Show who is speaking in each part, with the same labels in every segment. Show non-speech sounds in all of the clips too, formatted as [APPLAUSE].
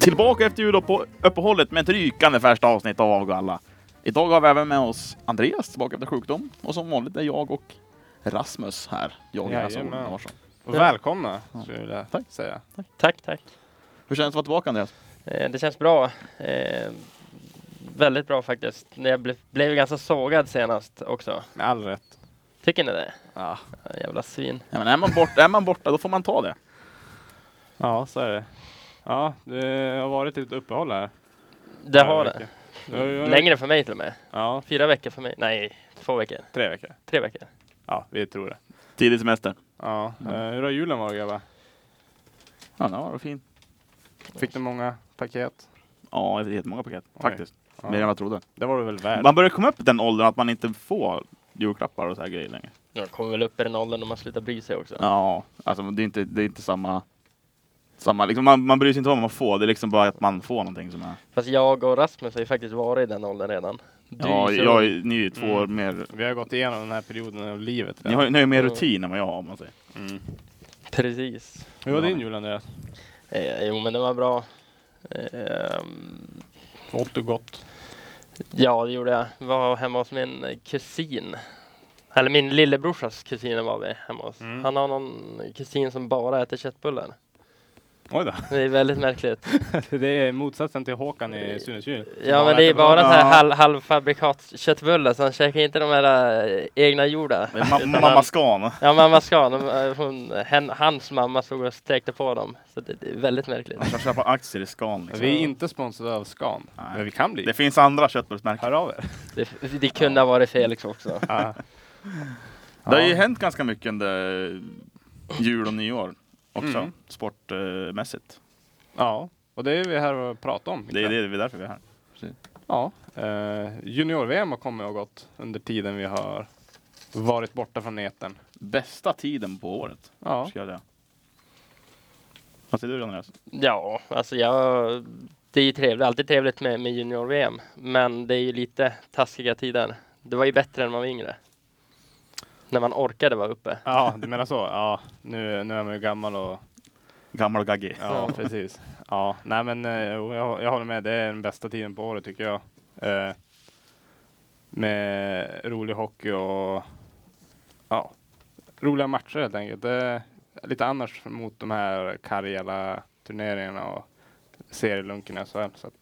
Speaker 1: Tillbaka efter juluppehållet med ett rykande färskt avsnitt av Avgalla. Idag har vi även med oss Andreas tillbaka efter sjukdom och som vanligt är jag och Rasmus här. Jag är Rasmus
Speaker 2: Jajamän.
Speaker 1: Larsson.
Speaker 2: Och välkomna, skulle jag vilja
Speaker 1: Tack.
Speaker 2: säga.
Speaker 3: Tack, tack.
Speaker 1: Hur känns det att vara tillbaka Andreas?
Speaker 3: Eh, Det känns bra. Eh, väldigt bra faktiskt. Jag ble, blev ganska sågad senast också.
Speaker 2: Med all rätt.
Speaker 3: Tycker ni det?
Speaker 2: Ja,
Speaker 3: Ja, Jävla svin.
Speaker 1: Ja, men är, man borta, är man borta då får man ta det.
Speaker 2: ja så är det. Ja, det har varit ett uppehåll här.
Speaker 3: Det har det.
Speaker 2: Tre veckor. Du har-
Speaker 3: Längre för mig till och med.
Speaker 2: Ja,
Speaker 3: Fyra veckor för mig. Nej, två veckor.
Speaker 2: tre veckor.
Speaker 3: Tre veckor.
Speaker 2: Ja, vi tror det.
Speaker 1: Tidig semester.
Speaker 2: Ja, eh, hur har julen varit grabbar?
Speaker 1: Ja, det var fint.
Speaker 2: Fick du många paket?
Speaker 1: Ja, det är jättemånga paket faktiskt.
Speaker 2: Ja.
Speaker 1: Mer än vad jag trodde.
Speaker 2: Det var du väl värd?
Speaker 1: Man börjar komma upp i den åldern att man inte får julklappar och så här grejer längre.
Speaker 3: Jag kommer väl upp i den åldern när man slutar bry sig också.
Speaker 1: Ja, alltså det är inte, det är inte samma... samma liksom, man, man bryr sig inte om vad man får, det är liksom bara att man får någonting som är...
Speaker 3: Fast jag och Rasmus har ju faktiskt varit i den åldern redan. Du
Speaker 1: Ja,
Speaker 3: är ju så-
Speaker 1: jag, är- ni är ju två år
Speaker 2: Mm.
Speaker 1: mer...
Speaker 2: Vi har gått igenom den här perioden av livet.
Speaker 1: Ni
Speaker 2: redan.
Speaker 1: har, ju- ni har ju mer
Speaker 3: Mm.
Speaker 1: rutin än vad jag har om man säger.
Speaker 2: Mm.
Speaker 3: Precis.
Speaker 2: Hur var din jul Andreas?
Speaker 3: Eh, jo, men det var bra. Ehm,
Speaker 2: Åt du gott?
Speaker 3: Ja, det gjorde jag. Jag var hemma hos min eh, kusin. Eller min lillebrorsas kusin var vi hemma hos.
Speaker 2: Mm.
Speaker 3: Han har någon kusin som bara äter köttbullar.
Speaker 2: Oj då. [LAUGHS]
Speaker 3: Det är väldigt märkligt.
Speaker 2: det är motsatsen till Håkan i Sunes jul.
Speaker 3: Eh, Ja, men det är bara så
Speaker 1: Ja.
Speaker 3: här halv, halvfabrikatsköttbullar så han käkar inte de här eh, egna gjorda.
Speaker 2: [LAUGHS]
Speaker 1: Det är ma-
Speaker 3: Utan
Speaker 1: mamma
Speaker 3: han-
Speaker 1: Scan.
Speaker 3: Ja, mamma Scan. de, eh, Hon, hen, hans mamma stod och stekte på dem. Så det, det är väldigt märkligt.
Speaker 1: Man kan köpa aktier i Scan liksom.
Speaker 2: Vi är inte sponsrade av Scan,
Speaker 1: Nej.
Speaker 2: men vi kan bli.
Speaker 1: Det finns andra köttbullsmärken.
Speaker 2: Hör av er.
Speaker 3: Det, det kunde ha varit Felix också.
Speaker 2: Ja.
Speaker 1: Det har ju
Speaker 2: Ja.
Speaker 1: hänt ganska mycket under jul och nyår också,
Speaker 2: Mm.
Speaker 1: sportmässigt.
Speaker 2: Ja, och det är vi här och pratar om.
Speaker 1: Det är, det är därför vi är här.
Speaker 2: Ja, eh, junior-VM har kommit och gått under tiden vi har varit borta från näten.
Speaker 1: Bästa tiden på året,
Speaker 2: Ja,
Speaker 1: ska jag säga. Vad säger du Andreas?
Speaker 3: Ja, alltså jag, det är ju trevligt, alltid trevligt med, med junior-VM. Men det är ju lite taskiga tider. Det var ju bättre när man var yngre. När man orkade vara uppe.
Speaker 2: ja du menar så. Ja, nu, nu är man ju gammal och...
Speaker 1: Gammal och gaggig.
Speaker 2: Ja, precis. Ja, nej men eh, jo, jag, jag håller med. Det är den bästa tiden på året tycker jag. Eh, med rolig hockey och ja, roliga matcher helt enkelt. Det är lite annars mot de här karga turneringarna och serielunken i SHL. Så att,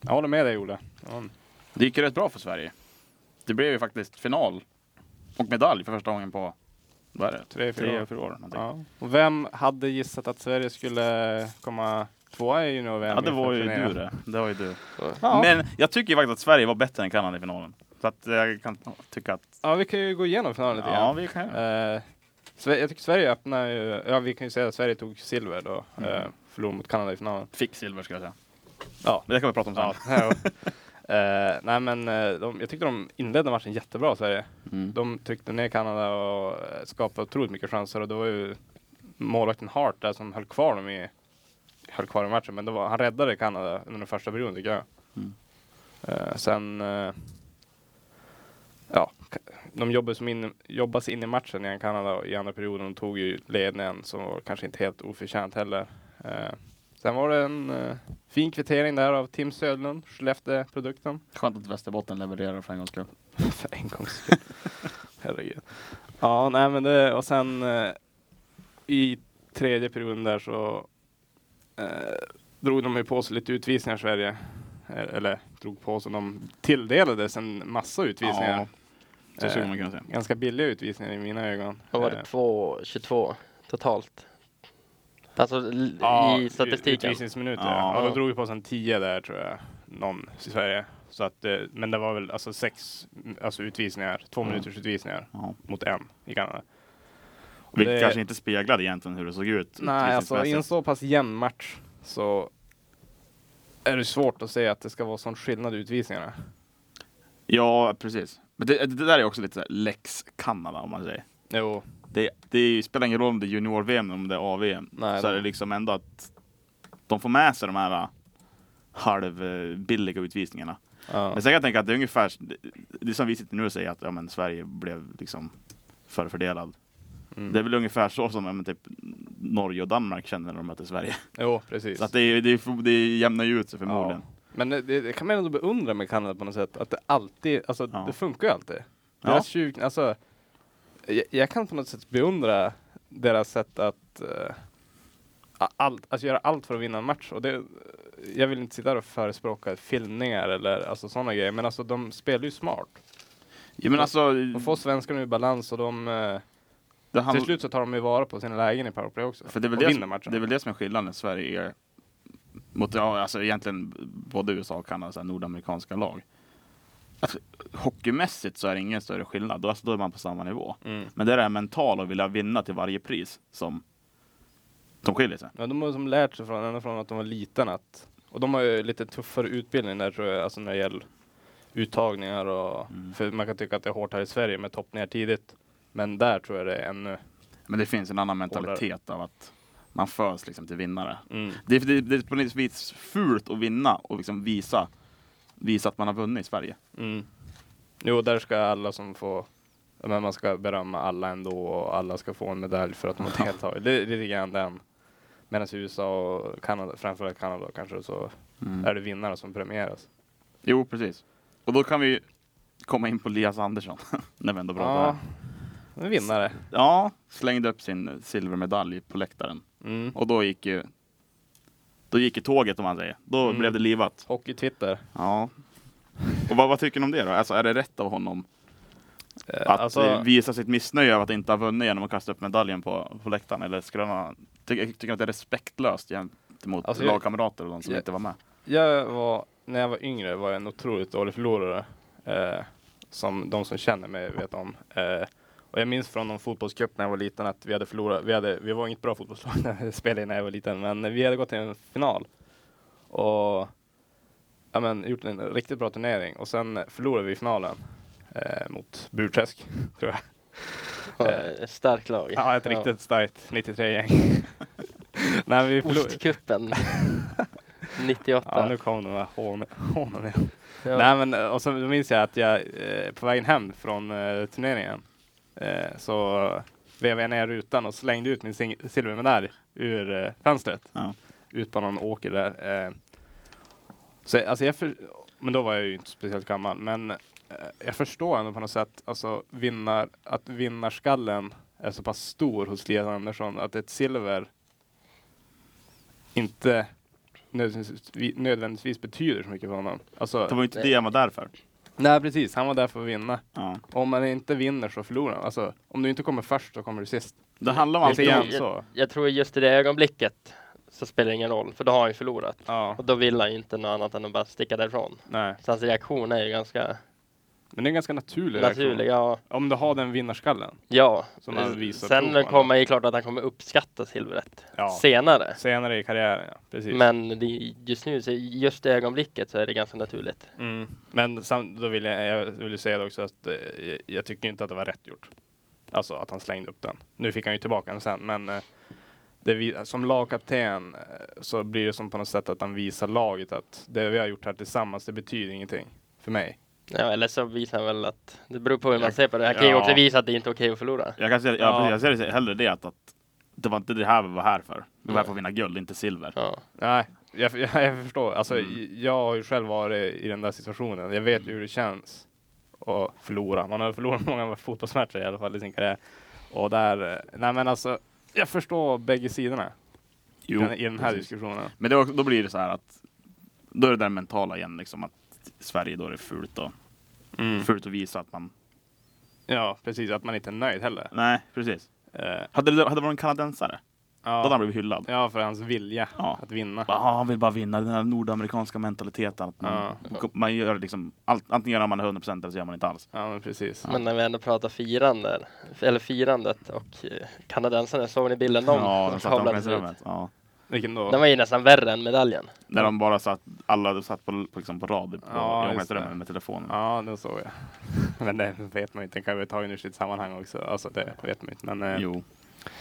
Speaker 2: jag håller med dig Ola. Ja.
Speaker 1: Det gick ju rätt bra för Sverige. Det blev ju faktiskt final och medalj för första gången på, vad är det?
Speaker 2: Tre, fyra
Speaker 1: Tre,
Speaker 2: år.
Speaker 1: fyra år. någonting.
Speaker 2: Ja. Och vem hade gissat att Sverige skulle komma tvåa i junior-VM?
Speaker 1: Ja, det var ju
Speaker 2: inför
Speaker 1: du
Speaker 2: turneringen?
Speaker 1: det. Det var ju du.
Speaker 2: Ja.
Speaker 1: Men jag tycker ju faktiskt att Sverige var bättre än Kanada i finalen. Så att jag kan tycka att...
Speaker 2: ja, vi kan ju gå igenom finalen lite grann.
Speaker 1: Ja, vi kan göra det.
Speaker 2: Eh, Sve- jag tycker Sverige öppnar ju, ja vi kan ju säga att Sverige tog silver då,
Speaker 1: Mm.
Speaker 2: eh, förlorade mot Kanada i finalen.
Speaker 1: Fick silver ska jag säga.
Speaker 2: Ja.
Speaker 1: Men det kan vi prata om sen.
Speaker 2: ja. [LAUGHS] Eh, nej men eh, de, jag tyckte de inledde matchen jättebra Sverige.
Speaker 1: Mm.
Speaker 2: De tryckte ner Kanada och eh, skapade otroligt mycket chanser och det var ju målvakten Hart där som höll kvar dem i, höll kvar i matchen men det var, han räddade Kanada under den första perioden tycker jag.
Speaker 1: Mm.
Speaker 2: Eh, sen, eh, ja, ka- de jobbade som in, jobbas in i matchen igen Kanada och i andra perioden och tog ju ledningen som var kanske inte helt oförtjänt heller. Eh, sen var det en eh, fin kvittering där av Tim Södlund, Skellefteå-produkten.
Speaker 1: Skönt att Västerbotten levererar för en gångs skull.
Speaker 2: [LAUGHS] För en gångs skull. Herregud. Ja, nej men det, och sen eh, i tredje perioden där så eh, drog de ju på sig lite utvisningar Sverige. Eh, Eller drog på sig, de tilldelades en massa utvisningar.
Speaker 1: Så skulle
Speaker 2: Eh,
Speaker 1: man kunna säga.
Speaker 2: Ganska billiga utvisningar i mina ögon.
Speaker 3: Då var
Speaker 2: Eh,
Speaker 3: det 2, 22 totalt. Alltså l-
Speaker 2: ja,
Speaker 3: i statistiken.
Speaker 2: Utvisningsminuter,
Speaker 1: Ja.
Speaker 2: ja. ja. Då drog vi på oss en 10 där tror jag. Någon i Sverige. Så att, eh, men det var väl alltså sex mm, alltså utvisningar, två
Speaker 1: Mm.
Speaker 2: minuters utvisningar
Speaker 1: Ja.
Speaker 2: mot en i Kanada. Och
Speaker 1: Vilket
Speaker 2: det-
Speaker 1: kanske inte speglade egentligen hur det såg ut. liksom,
Speaker 2: Nej, alltså i en
Speaker 1: utvisningsmässigt.
Speaker 2: så pass jämn match så är det svårt att säga att det ska vara sån skillnad i utvisningarna.
Speaker 1: Ja, precis. Men det, det där är också lite så här lex Kanada om man säger.
Speaker 2: Jo,
Speaker 1: Det, det spelar ingen roll om det är junior-VM eller om det är A-VM.
Speaker 2: Nej,
Speaker 1: så
Speaker 2: det-
Speaker 1: är det liksom ändå att de får med sig de här äh, halvbilliga utvisningarna.
Speaker 2: ja.
Speaker 1: Men sen kan jag tänka att det är ungefär det som vi sitter nu och säger att ja, men Sverige blev liksom förfördelad.
Speaker 2: Mm.
Speaker 1: Det är väl ungefär så som ja, men typ, Norge och Danmark kände när de mötte Sverige.
Speaker 2: Jo, precis.
Speaker 1: Så att det, det, det jämnar ju ut sig förmodligen.
Speaker 2: Ja. Men det, det kan man ändå beundra med Kanada på något sätt. Att det alltid, alltså
Speaker 1: Ja.
Speaker 2: det funkar ju alltid.
Speaker 1: Ja.
Speaker 2: Deras tjuv, alltså. Jag, jag kan på något sätt beundra deras sätt att eh, a- allt, alltså göra allt för att vinna en match. Och det, jag vill inte sitta här och förespråka filmningar eller alltså sådana grejer. Men alltså de spelar ju smart.
Speaker 1: Ja, men alltså,
Speaker 2: De får svenskarna ur balans och de, eh,
Speaker 1: det handlar-
Speaker 2: till slut så tar de ju vara på sina lägen i powerplay också.
Speaker 1: För det är, väl
Speaker 2: och
Speaker 1: det,
Speaker 2: vinner
Speaker 1: som,
Speaker 2: matchen.
Speaker 1: det är väl det som är skillnaden Sverige är mot ja, alltså egentligen både USA och Kanada, så här nordamerikanska lag. Alltså, hockeymässigt så är det ingen större skillnad. Då, alltså, då är man på samma nivå.
Speaker 2: Mm.
Speaker 1: Men det är det här mentala och vilja vinna till varje pris som, som skiljer sig.
Speaker 2: Ja, de har som lärt sig från, ända från att de var liten att, och de har ju lite tuffare utbildning där tror jag, alltså när det gäller uttagningar och,
Speaker 1: Mm.
Speaker 2: för man kan tycka att det är hårt här i Sverige med toppningar tidigt. Men där tror jag det är ännu,
Speaker 1: Men det finns en annan
Speaker 2: Hårdare.
Speaker 1: mentalitet av att man föds liksom till vinnare.
Speaker 2: mm,
Speaker 1: Det, är- det, det är på något vis fult att vinna och liksom visa, visa att man har vunnit i Sverige.
Speaker 2: mm. Jo, där ska alla som får, ja, men man ska berömma alla ändå och alla ska få en medalj för att de har deltagit. Det är lite grann den. Medan i USA och Kanada, framförallt Kanada kanske, så är det vinnare som premieras.
Speaker 1: Jo, precis. Och då kan vi ju komma in på Elias Andersson. [LAUGHS] När vi ändå pratar
Speaker 2: Ja,
Speaker 1: här.
Speaker 2: en vinnare.
Speaker 1: Ja, slängde upp sin silvermedalj på läktaren.
Speaker 2: Mm.
Speaker 1: Och då gick ju då gick ju tåget om man säger. Då
Speaker 2: Mm.
Speaker 1: blev det livat.
Speaker 2: Hockey-Twitter.
Speaker 1: Ja. Och vad, vad tycker ni om det då? Alltså är det rätt av honom
Speaker 2: Eh,
Speaker 1: att eh, visa sitt missnöje över att inte ha vunnit genom att kasta upp medaljen på, på läktaren? Eller skulle han ha, ty, tycker ni att det är respektlöst gentemot
Speaker 2: Alltså, jag-
Speaker 1: lagkamrater och de som
Speaker 2: jag-
Speaker 1: inte var med?
Speaker 2: Jag var, när jag var yngre var jag en otroligt dålig förlorare. Eh, som de som känner mig vet om. Eh, och jag minns från någon fotbollscup när jag var liten att vi hade förlorat. Vi, hade, vi var inget bra fotbollslag när jag spelade i när jag var liten. Men vi hade gått till en final. Och ja, men, gjort en riktigt bra turnering. Och sen förlorade vi i finalen. Eh, mot Burträsk, [LAUGHS] tror jag.
Speaker 3: Eh, Stark lag.
Speaker 2: Ja, ett riktigt starkt 93-gäng. [LAUGHS] Nej, vi förlorade. [LAUGHS]
Speaker 3: Ostkuppen.
Speaker 2: Ja,
Speaker 3: 98.
Speaker 2: nu kom de här hån- hånen igen.
Speaker 3: Ja.
Speaker 2: Nej men eh, och så minns jag att jag eh, på vägen hem från eh, turneringen eh, så vevade jag ner rutan och slängde ut min sing- silvermedalj ur eh, fönstret.
Speaker 1: Ja.
Speaker 2: Ut på någon åker där. Eh, så, jag- alltså jag för, men då var jag ju inte speciellt gammal. Men eh, jag förstår ändå på något sätt alltså, vinnar, att vinnarskallen är så pass stor hos Lias Andersson att ett silver inte nödvändigtvis, nödvändigtvis betyder så mycket för honom. Alltså,
Speaker 1: Det var ju inte det han var där för.
Speaker 2: Nej precis, han var där för att vinna.
Speaker 1: Ja.
Speaker 2: Om man inte vinner så förlorar man. Alltså, om du inte kommer först så kommer du sist.
Speaker 1: Det handlar om
Speaker 2: Lite
Speaker 1: alltid
Speaker 3: tror-
Speaker 2: grann
Speaker 1: om...
Speaker 2: så.
Speaker 3: Jag tror just i det ögonblicket så spelar det ingen roll, för då har han ju förlorat.
Speaker 2: Ja,
Speaker 3: Och då vill han ju inte något annat än att bara sticka därifrån.
Speaker 2: nej.
Speaker 3: Så hans reaktion är ju ganska
Speaker 2: Men det är en ganska naturlig
Speaker 3: naturlig.
Speaker 2: reaktion.
Speaker 3: Ja,
Speaker 2: Om du har den vinnarskallen.
Speaker 3: ja.
Speaker 2: Som han
Speaker 3: Eh,
Speaker 2: visar prov
Speaker 3: sen
Speaker 2: på
Speaker 3: kommer det ju klart att han kommer uppskatta silvret
Speaker 2: Ja.
Speaker 3: senare.
Speaker 2: Senare i karriären, ja. Precis.
Speaker 3: Men det, just nu, så just i ögonblicket så är det ganska naturligt.
Speaker 2: Mm. Men sam- då vill jag, jag vill ju säga det också att eh, jag- jag tycker inte att det var rätt gjort. Alltså att han slängde upp den. Nu fick han ju tillbaka den sen, men eh, det vi, som lagkapten eh, så blir det som på något sätt att han visar laget att det vi har gjort här tillsammans, det betyder ingenting för mig.
Speaker 3: Ja, eller så visar han väl att det beror på hur man
Speaker 2: Ja.
Speaker 3: ser på det. Han kan ju
Speaker 2: Ja.
Speaker 3: också visa att det inte är okej att förlora.
Speaker 1: Jag kan säga, ja,
Speaker 2: Ja.
Speaker 1: precis, jag säger hellre det att, att det var inte det här vi var här för. Vi var här
Speaker 3: Nej.
Speaker 1: för att vinna guld, inte silver.
Speaker 3: Ja.
Speaker 2: Nej, jag, jag, jag förstår. Alltså,
Speaker 1: Mm.
Speaker 2: j- Jag har ju själv varit i den där situationen. Jag vet ju hur det känns att förlora. Man har förlorat många fotbollsmatcher i alla fall i sin karriär. Och där, eh, nej men alltså, jag förstår bägge sidorna
Speaker 1: Jo,
Speaker 2: den, i den här
Speaker 1: precis.
Speaker 2: diskussionen.
Speaker 1: Men det är också, då blir det så här att då är det där mentala igen liksom att Sverige då är det fult och
Speaker 2: Mm.
Speaker 1: fult att visa att man.
Speaker 2: Ja, precis. Att man inte är nöjd heller.
Speaker 1: Nej, precis.
Speaker 2: Eh,
Speaker 1: Hade det, hade det varit en kanadensare, då hade han
Speaker 2: ja.
Speaker 1: blivit hyllad. Ja.
Speaker 2: ja, för hans vilja
Speaker 1: Ja.
Speaker 2: att vinna.
Speaker 1: han vill bara vinna den här nordamerikanska mentaliteten. Att man, man gör liksom, allt, antingen gör man 100% eller så gör man inte alls.
Speaker 2: Ja, men precis.
Speaker 3: Men när vi ändå pratar firande, eller firandet och eh, kanadensarna, såg ni bilden de
Speaker 1: ja, de satt i
Speaker 3: kablades ut?
Speaker 1: omklädningsrummet. Ja.
Speaker 2: Vilken då?
Speaker 3: Den var ju nästan värre än medaljen.
Speaker 1: När de bara satt, alla satt på, på, liksom på rad på,
Speaker 2: Ja,
Speaker 1: i
Speaker 2: just
Speaker 1: omklädningsrummet
Speaker 2: det.
Speaker 1: med telefonen.
Speaker 2: Ja, den såg jag. [LAUGHS] men det vet man ju inte. Den kan vi ta in ur sitt sammanhang också. Alltså, det vet man inte. Men, eh,
Speaker 1: Jo.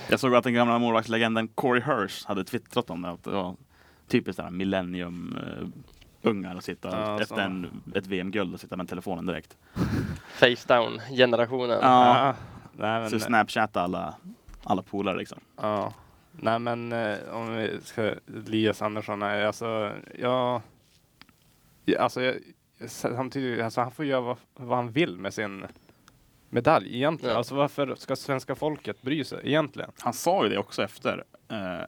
Speaker 1: Jag såg att den gamla målvaktslegenden Corey Hirsch hade twittrat om det. Att det var typiskt sådana millennium-ungar att sitta
Speaker 2: Ja,
Speaker 1: efter
Speaker 2: så.
Speaker 1: en, ett VM-guld och sitta med telefonen direkt.
Speaker 3: Face down generationen.
Speaker 1: Ja.
Speaker 2: Nej, men,
Speaker 1: Så snapchatta alla, alla polare liksom.
Speaker 2: Ja. Nej men eh, om vi ska, Elias Andersson är alltså, jag, ja, alltså jag, samtidigt, alltså han får göra vad, vad han vill med sin medalj egentligen.
Speaker 3: Ja.
Speaker 2: Alltså varför ska svenska folket bry sig egentligen?
Speaker 1: Han sa ju det också efter. Eh,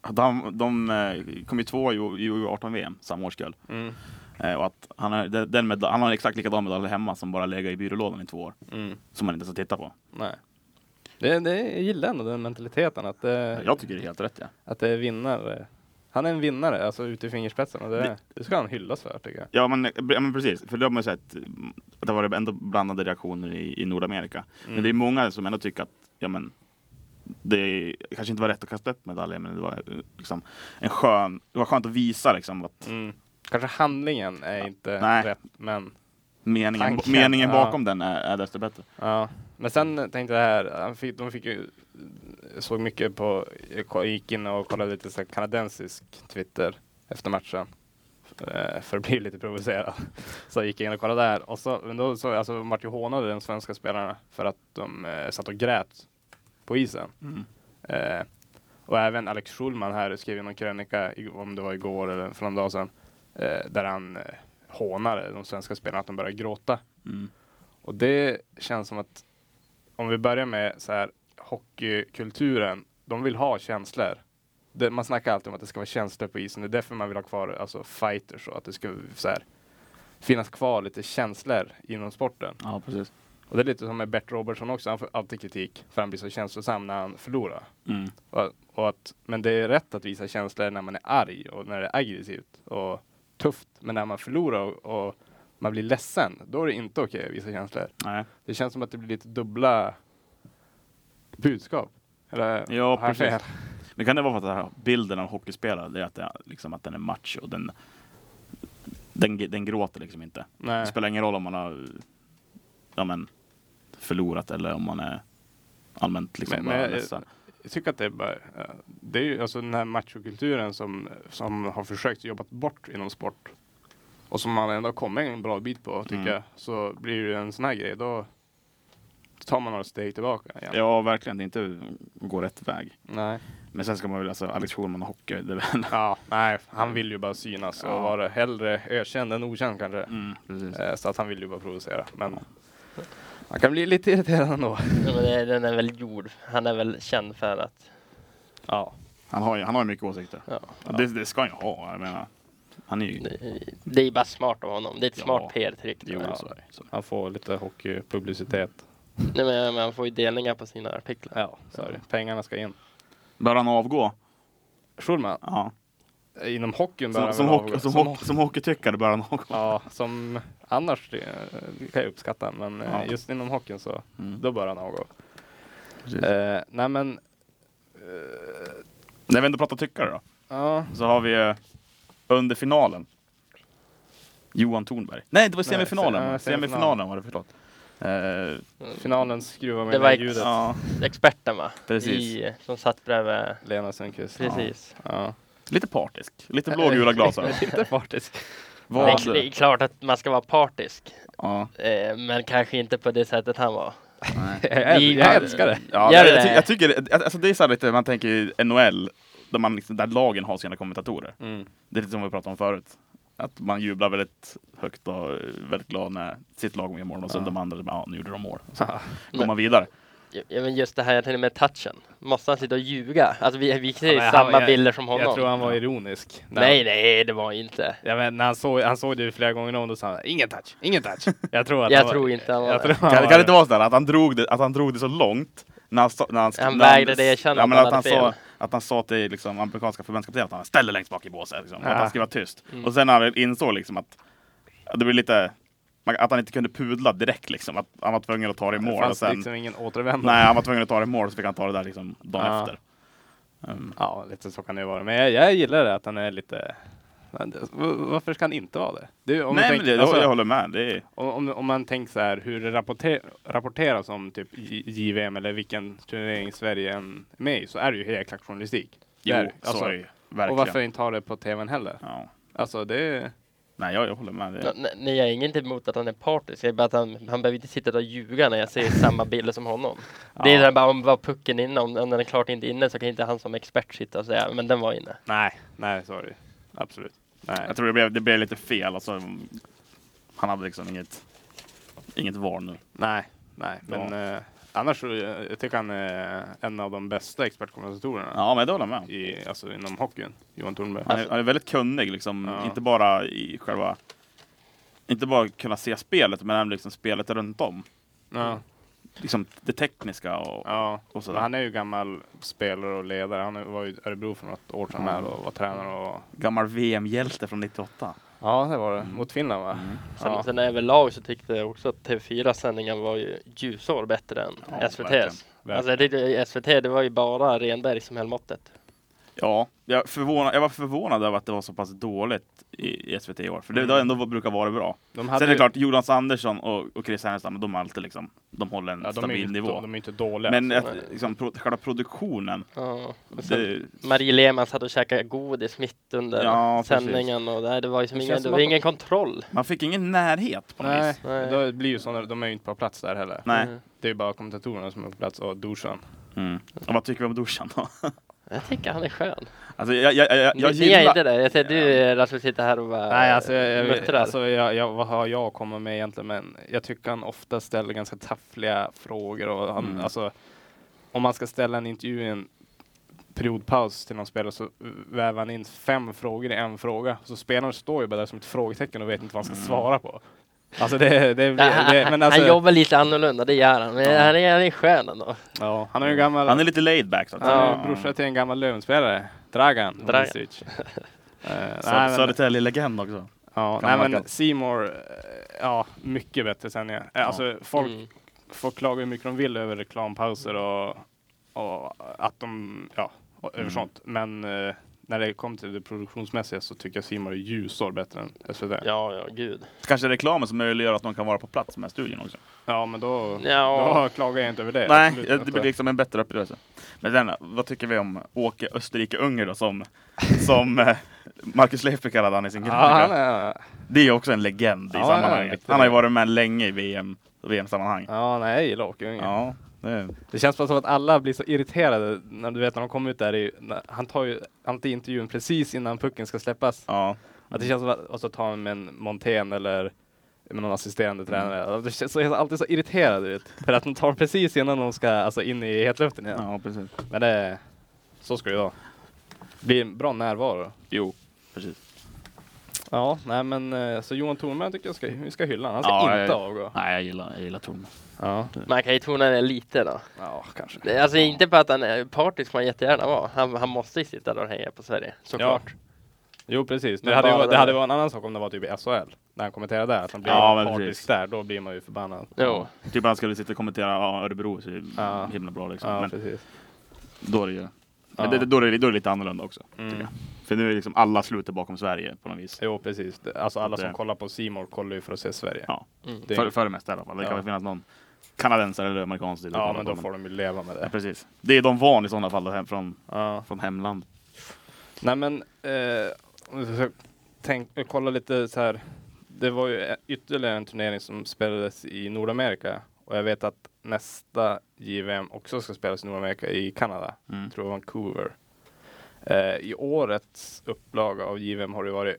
Speaker 1: att han, de eh, kom ju två i U18-VM samma årskull.
Speaker 2: Mm.
Speaker 1: Eh, och att han, är, den den medal- han har exakt likadan medalj hemma som bara legat i byrålådan i två år.
Speaker 2: Mm.
Speaker 1: Som man inte ska titta på.
Speaker 2: Nej. Det, det, jag gillar ändå den mentaliteten att det,
Speaker 1: Jag tycker det är helt rätt. Ja.
Speaker 2: att det är vinnare. Han är en vinnare, alltså ute i fingerspetsarna. Det,
Speaker 1: Det-
Speaker 2: det ska han hyllas för tycker jag.
Speaker 1: Ja men, eh, ja men precis, för det har man ju sett mm, att det har varit ändå blandade reaktioner i, i Nordamerika. Men det är många som ändå tycker att ja, men, det kanske inte var rätt att kasta upp medaljen men det var eh, liksom, en skön, det var skönt att visa liksom, att
Speaker 2: Mm. Kanske handlingen är inte
Speaker 1: Nej.
Speaker 2: rätt, men
Speaker 1: meningen,
Speaker 2: Tanken,
Speaker 1: meningen
Speaker 2: ja.
Speaker 1: bakom den är, är desto bättre.
Speaker 2: Ja, men sen tänkte jag här, han fick, de fick ju, såg mycket på, jag ko- gick in och kollade lite så här kanadensisk Twitter efter matchen. eh, För att bli [LAUGHS] lite provocerad. Så jag gick in och kollade där. Och så, men då så, alltså, de vart ju hånade de svenska spelarna för att de eh, satt och grät på isen. Eh, och även Alex Schulman här skrev ju någon krönika, i- om det var igår eller för någon dag sedan, eh, där han eh, hånade de svenska spelarna att de började gråta.
Speaker 1: Mm.
Speaker 2: Och det känns som att om vi börjar med så här hockeykulturen, de vill ha känslor. Det, man snackar alltid om att det ska vara känslor på isen. Det är därför man vill ha kvar alltså fighters och att det ska så här, finnas kvar lite känslor inom sporten.
Speaker 1: Ja precis.
Speaker 2: Och det är lite som med Bert Robertson också. Han får alltid kritik för han blir så känslosam när han förlorar.
Speaker 1: Mm.
Speaker 2: Och, och att, men det är rätt att visa känslor när man är arg och när det är aggressivt och tufft. Men när man förlorar och, och man blir ledsen, då är det inte okej att visa känslor.
Speaker 1: Nej.
Speaker 2: Det känns som att det blir lite dubbla budskap. Eller
Speaker 1: Ja,
Speaker 2: har jag
Speaker 1: precis.
Speaker 2: fel?
Speaker 1: Men kan det vara för att den här bilden av hockeyspelare det är att, det är, liksom, att den är match och den, den, den gråter liksom inte. Det
Speaker 2: Nej.
Speaker 1: spelar ingen roll om man har ja, men, förlorat eller om man är allmänt liksom,
Speaker 2: Men-
Speaker 1: bara
Speaker 2: men-
Speaker 1: ledsen.
Speaker 2: Jag tycker att det är bara, eh, det är ju alltså den här machokulturen som, som har försökt jobba bort inom sport och som man ändå har kommit en bra bit på tycker
Speaker 1: Mm.
Speaker 2: jag. Så blir det en sån här grej, då tar man några steg tillbaka igen.
Speaker 1: Ja, verkligen. Det är inte går rätt väg.
Speaker 2: Nej.
Speaker 1: Men sen ska man väl, alltså Alex Schulman och hockey, det är väl...
Speaker 2: Ja, nej, han vill ju bara synas och
Speaker 1: Ja.
Speaker 2: vara hellre ökänd än okänd kanske.
Speaker 1: Mm, precis.
Speaker 2: Eh, Så att han vill ju bara provocera. Men man kan bli lite irriterad ändå.
Speaker 3: Ja, men det, den är väl gjord. Han är väl känd för att...
Speaker 2: Ja.
Speaker 1: Han har ju han har ju mycket åsikter.
Speaker 3: Ja,
Speaker 1: Och Det, det ska han ju ha. Jag menar, han är ju...
Speaker 3: det, det är bara smart av honom. Det är ett
Speaker 1: Ja.
Speaker 3: smart PR-trick.
Speaker 1: Jo,
Speaker 3: Ja.
Speaker 1: så är det. Så.
Speaker 2: Han får lite hockeypublicitet.
Speaker 3: Nej, men man får ju delningar på sina artiklar.
Speaker 2: Ja, så är det. Pengarna ska in.
Speaker 1: Bör han avgå?
Speaker 2: Schulman,
Speaker 1: Ja.
Speaker 2: inom hockeyn bör
Speaker 1: Som,
Speaker 2: han
Speaker 1: som,
Speaker 2: väl
Speaker 1: hockey,
Speaker 2: avgå.
Speaker 1: som,
Speaker 2: Som
Speaker 1: hockey, som hockeytyckare bör han avgå.
Speaker 2: ho- Ja, som annars det, det kan jag uppskatta, men eh,
Speaker 1: Ja.
Speaker 2: just inom hockeyn så
Speaker 1: Mm.
Speaker 2: då bör han avgå.
Speaker 1: Precis.
Speaker 2: Eh, nej men,
Speaker 1: När vi ändå pratar tyckare då,
Speaker 2: ja.
Speaker 1: så har vi ju under finalen Johan Tornberg. Nej, det var
Speaker 2: Nej,
Speaker 1: semifinalen.
Speaker 2: se- ja,
Speaker 1: semifinalen var det, förlåt. Eh,
Speaker 2: Finalen skruvar
Speaker 3: Det
Speaker 2: med
Speaker 3: var
Speaker 2: det
Speaker 3: ex-
Speaker 2: ljudet.
Speaker 1: ja,
Speaker 3: Experten va?
Speaker 1: Precis.
Speaker 3: I, som satt bredvid.
Speaker 2: Lena Sundqvist.
Speaker 3: Precis.
Speaker 2: Ja.
Speaker 1: lite partisk. Lite blågula glasögon.
Speaker 2: [LAUGHS] Lite partisk.
Speaker 3: Det,
Speaker 1: Vad?
Speaker 2: alltså?
Speaker 3: är, det är klart att man ska vara partisk.
Speaker 1: Ja.
Speaker 3: Eh, men kanske inte på det sättet han var. [LAUGHS]
Speaker 2: Jag,
Speaker 3: Vi-
Speaker 2: jag älskar det.
Speaker 1: Ja,
Speaker 3: Gör
Speaker 1: jag, jag,
Speaker 3: det.
Speaker 1: ty- jag tycker, alltså det är så här lite, man tänker i NHL, där, man liksom, där lagen har sina kommentatorer.
Speaker 2: Mm.
Speaker 1: Det är lite som vi pratade om förut. Att man jublar väldigt högt och eh, väldigt glad när sitt lag gör mål och sen
Speaker 2: Ja.
Speaker 1: de andra, bara, ja nu gjorde de mål. Och så går
Speaker 3: Men-
Speaker 1: man vidare.
Speaker 3: Ja, ja, men just det här jag tänkte med touchen. Måste han sitta och ljuga? Alltså vi, vi ser ju
Speaker 2: Ja, men han-
Speaker 3: samma
Speaker 2: jag-
Speaker 3: bilder som honom.
Speaker 2: Jag tror han var ironisk. när
Speaker 3: Nej, nej, det var inte.
Speaker 2: Ja, men när han, såg, han såg det ju flera gånger om, då sa han ingen touch, ingen touch. Jag tror, att
Speaker 3: Jag
Speaker 2: han var,
Speaker 3: tror inte han var
Speaker 2: jag
Speaker 3: det.
Speaker 2: tror
Speaker 1: Kan,
Speaker 2: han
Speaker 1: kan
Speaker 2: var
Speaker 1: det inte vara sådär att han drog det, att han drog det så långt när han, sa- när han, sk-
Speaker 3: Han
Speaker 1: när
Speaker 3: vägrade erkänna
Speaker 1: ja,
Speaker 3: att
Speaker 1: men
Speaker 3: han
Speaker 1: att, han
Speaker 3: hade
Speaker 1: sa,
Speaker 3: fel.
Speaker 1: att han sa till liksom, amerikanska förbundskaptenen att han ställer längst bak i båset. Liksom, och
Speaker 2: Ah.
Speaker 1: att han skulle vara tyst.
Speaker 3: Mm.
Speaker 1: Och sen när han insåg liksom att, att det blev lite man- att han inte kunde pudla direkt liksom. Att han var tvungen att ta det i
Speaker 2: Det
Speaker 1: mål. Och
Speaker 2: fanns
Speaker 1: sen,
Speaker 2: liksom ingen återvändo.
Speaker 1: Nej, han var tvungen att ta det i mål så fick han ta det där liksom dagen
Speaker 2: Ah.
Speaker 1: efter. Um,
Speaker 2: Ja, lite så kan det ju vara. Men jag, jag gillar det att han är lite... Men det- v- Varför ska han inte vara det? det är- om du
Speaker 1: nej,
Speaker 2: tänker-
Speaker 1: men det,
Speaker 2: alltså,
Speaker 1: jag håller med. Det är,
Speaker 2: om, om, om man tänker så här hur det rapporter, rapporteras om typ J- JVM eller vilken turnering Sverige än är med i så är det ju helt klart journalistik. Det
Speaker 1: jo,
Speaker 2: är det.
Speaker 1: så
Speaker 2: alltså,
Speaker 1: är det ju, verkligen.
Speaker 2: och varför inte ha det på tvn heller?
Speaker 1: Ja.
Speaker 2: Alltså det,
Speaker 1: Nej, jag, jag håller med. Det,
Speaker 3: N- Nej, jag är inget emot att han är partisk. Jag är bara att han, han behöver inte sitta där och ljuga när jag ser samma bilder som honom. Det är
Speaker 2: Ja.
Speaker 3: där bara om vad pucken är inne. Om, om den är klart inte inne så kan inte han som expert sitta och säga men den var inne.
Speaker 2: Nej, nej, sorry. Absolut. Nej.
Speaker 1: Jag tror det blev, det blev lite fel. Alltså, han hade liksom inget, inget VAR nu.
Speaker 2: Nej, nej.
Speaker 1: Ja.
Speaker 2: Men eh, annars så eh, jag tycker han är en av de bästa expertkommentatorerna
Speaker 1: Ja, men det håller jag med om.
Speaker 2: i, alltså, inom hockeyn. Johan Tornberg.
Speaker 1: Han är, han är väldigt kunnig, liksom.
Speaker 2: Ja.
Speaker 1: inte bara i själva... Inte bara kunna se spelet, men även liksom spelet runt om.
Speaker 2: Ja,
Speaker 1: Liksom det tekniska och...
Speaker 2: ja.
Speaker 1: Och sådär.
Speaker 2: Men han är ju gammal spelare och ledare. Han var ju i Örebro för något år sedan
Speaker 1: Ja.
Speaker 2: här och var tränare. Och...
Speaker 1: Gammal VM-hjälte från 98.
Speaker 2: Ja, det var det. Mot Finland va?
Speaker 1: Mm.
Speaker 3: Sen,
Speaker 2: Ja.
Speaker 3: sen överlag så tyckte jag också att TV4-sändningen var ju ljusår bättre än
Speaker 1: Ja, verkligen.
Speaker 3: SVT's. Alltså jag tyckte SVT, det var ju bara Renberg som höll måttet.
Speaker 1: Ja, jag, förvånad, jag var förvånad över att det var så pass dåligt i, i SVT i år. För det, det har ändå brukar vara bra.
Speaker 2: De
Speaker 1: Sen är det
Speaker 2: ju-
Speaker 1: klart, Jonas Andersson och, och Chris Härenstam, de, är alltid liksom, de håller en
Speaker 2: Ja, de, är
Speaker 1: stabil
Speaker 2: ju inte,
Speaker 1: nivå.
Speaker 2: de är ju inte dåliga.
Speaker 1: Men
Speaker 2: alltså.
Speaker 1: att, liksom, pro, själva produktionen,
Speaker 3: Ja. Och sen
Speaker 1: det,
Speaker 3: Marie Lemans hade och käkat godis mitt under
Speaker 1: Ja, precis.
Speaker 3: sändningen och det, här, det var ju som
Speaker 2: Det
Speaker 3: ingen,
Speaker 2: känns
Speaker 3: det
Speaker 2: som
Speaker 3: var
Speaker 2: att-
Speaker 3: ingen kontroll.
Speaker 1: man fick ingen närhet på något
Speaker 2: Nej,
Speaker 1: vis.
Speaker 3: Nej.
Speaker 2: då blir ju såna, de är ju inte på plats där heller.
Speaker 1: Nej.
Speaker 3: Mm.
Speaker 2: Det är bara kommentatorerna som är på plats och duschen.
Speaker 1: Mm. Och vad tycker vi om Dusan då? [LAUGHS]
Speaker 3: Jag tycker han är skön.
Speaker 1: Alltså, jag, jag, jag, jag,
Speaker 3: Jag
Speaker 1: jag
Speaker 3: ni, ni är inte
Speaker 1: gillar...
Speaker 3: det. Jag ser du eh, Rasmus sitter här och bara
Speaker 2: Nej, alltså,
Speaker 1: Eh,
Speaker 2: jag, jag,
Speaker 3: muttrar.
Speaker 2: alltså jag, jag, vad har jag att komma med egentligen? Men jag tycker han ofta ställer ganska taffliga frågor. Och han,
Speaker 1: Mm.
Speaker 2: alltså, om man ska ställa en intervju i en periodpaus till någon spelare så väver han in fem frågor i en fråga. Så spelaren står ju bara där som ett frågetecken och vet inte vad
Speaker 1: Mm.
Speaker 2: han ska svara på. Alltså det, det,
Speaker 3: Nej,
Speaker 2: blir,
Speaker 3: han,
Speaker 2: det men alltså,
Speaker 3: han jobbar lite annorlunda, det gör han. Men
Speaker 2: Ja.
Speaker 3: han, är, han är skön ändå.
Speaker 2: ja, han är ju gammal,
Speaker 1: Han är lite laid back. Så att
Speaker 2: han är
Speaker 1: säga.
Speaker 2: ju brorsa till en gammal Lövenspelare, Dragan.
Speaker 3: Dragan. [LAUGHS]
Speaker 2: Homicic. Eh, nej,
Speaker 1: Sö-
Speaker 2: men-
Speaker 1: Södertälje-legend också.
Speaker 2: Ja,
Speaker 1: Gammal
Speaker 2: nej men
Speaker 1: katt.
Speaker 2: Seymour, eh, ja, mycket bättre sändningar. Eh, Alltså folk,
Speaker 3: Mm.
Speaker 2: folk klagar hur mycket de vill över reklampauser och, och att de, ja, och över
Speaker 1: Mm.
Speaker 2: sånt. Men eh, när det kommer till det produktionsmässiga så tycker jag Seymour är ljusår bättre än SVT. Ja,
Speaker 3: Ja, ja, gud.
Speaker 1: Kanske reklamen som möjliggör att de kan vara på plats med studion också.
Speaker 2: men då,
Speaker 3: Ja.
Speaker 2: då klagar jag inte över det.
Speaker 1: Nej,
Speaker 2: Absolut
Speaker 1: det blir
Speaker 2: inte.
Speaker 1: liksom en bättre upplevelse. Men den, vad tycker vi om Åke Österrike-Ungern då som, som eh, Marcus Leifby kallade han i sin
Speaker 2: Ja,
Speaker 1: krönika?
Speaker 2: han är,
Speaker 1: Det är ju också en legend i
Speaker 2: Ja, ja,
Speaker 1: sammanhanget.
Speaker 2: riktigt.
Speaker 1: Han har ju varit med länge i VM, VM-sammanhang.
Speaker 2: ja, nej, jag gillar Åke Ljunggren.
Speaker 1: Ja, det är,
Speaker 2: Det känns bara som att alla blir så irriterade när du vet när de kommer ut där. I, när, han tar ju alltid intervjun precis innan pucken ska släppas.
Speaker 1: ja.
Speaker 2: Att det känns som att, och så tar man med en Montén eller med någon assisterande tränare. Alltså, Det känns, så jag är alltid så irriterad ut. För att de tar precis innan de ska alltså, in i hetluften igen.
Speaker 1: ja, precis.
Speaker 2: Men det, så ska det ju vara. Det blir en bra närvaro.
Speaker 1: Jo, precis.
Speaker 2: Ja, nej men eh, så Johan Thornberg tycker jag ska, vi ska hylla. Han ska
Speaker 1: Ja,
Speaker 2: Alltså, inte
Speaker 1: jag-
Speaker 2: avgå.
Speaker 1: Nej, jag gillar, jag gillar Torn.
Speaker 2: Ja.
Speaker 3: Man kan ju tona ner lite då.
Speaker 2: ja, kanske.
Speaker 3: Det- Alltså inte på att han är partisk, som han jättegärna var. Han, han måste ju sitta där och heja på Sverige, såklart.
Speaker 2: Jo, precis. Det
Speaker 3: Men
Speaker 2: hade, ju,
Speaker 3: bara
Speaker 2: varit-
Speaker 3: det
Speaker 2: det hade
Speaker 3: där.
Speaker 2: varit en annan sak om det var typ i SHL. När han kommenterade där, att han blir
Speaker 1: Ja, men
Speaker 2: partisk
Speaker 1: precis.
Speaker 2: där. Då blir man ju förbannad.
Speaker 3: Jo.
Speaker 1: Typ han skulle sitta och kommentera ja, Örebro, så är det
Speaker 2: Ja.
Speaker 1: himla bra liksom.
Speaker 2: Ja,
Speaker 1: Men
Speaker 2: precis.
Speaker 1: då är det ju...
Speaker 2: Ja.
Speaker 1: Men det, då, är det, då är det lite annorlunda också.
Speaker 2: Mm.
Speaker 1: Tycker jag. För nu är liksom alla sluter bakom Sverige på något vis.
Speaker 2: Jo, precis. Det- Alltså alla
Speaker 1: Det-
Speaker 2: som kollar på Simor kollar ju för att se Sverige.
Speaker 1: Ja.
Speaker 3: Mm.
Speaker 2: Det-
Speaker 1: För, för det mesta i alla fall. Det kan
Speaker 2: Ja.
Speaker 1: väl finnas någon kanadensare eller amerikan som sitter och
Speaker 2: Ja,
Speaker 1: kollar
Speaker 2: men
Speaker 1: på
Speaker 2: då
Speaker 1: dem.
Speaker 2: får de ju leva med
Speaker 1: Ja,
Speaker 2: det.
Speaker 1: precis. Det är de van i sådana fall då, hem, från,
Speaker 2: Ja.
Speaker 1: från hemland.
Speaker 2: Nej, men eh, om vi ska tänk, kolla lite så här. Det var ju ytterligare en turnering som spelades i Nordamerika och jag vet att nästa JVM också ska spelas i Nordamerika i Kanada.
Speaker 1: Mm.
Speaker 2: Jag tror det var Vancouver. Eh, I årets upplaga av JVM har det varit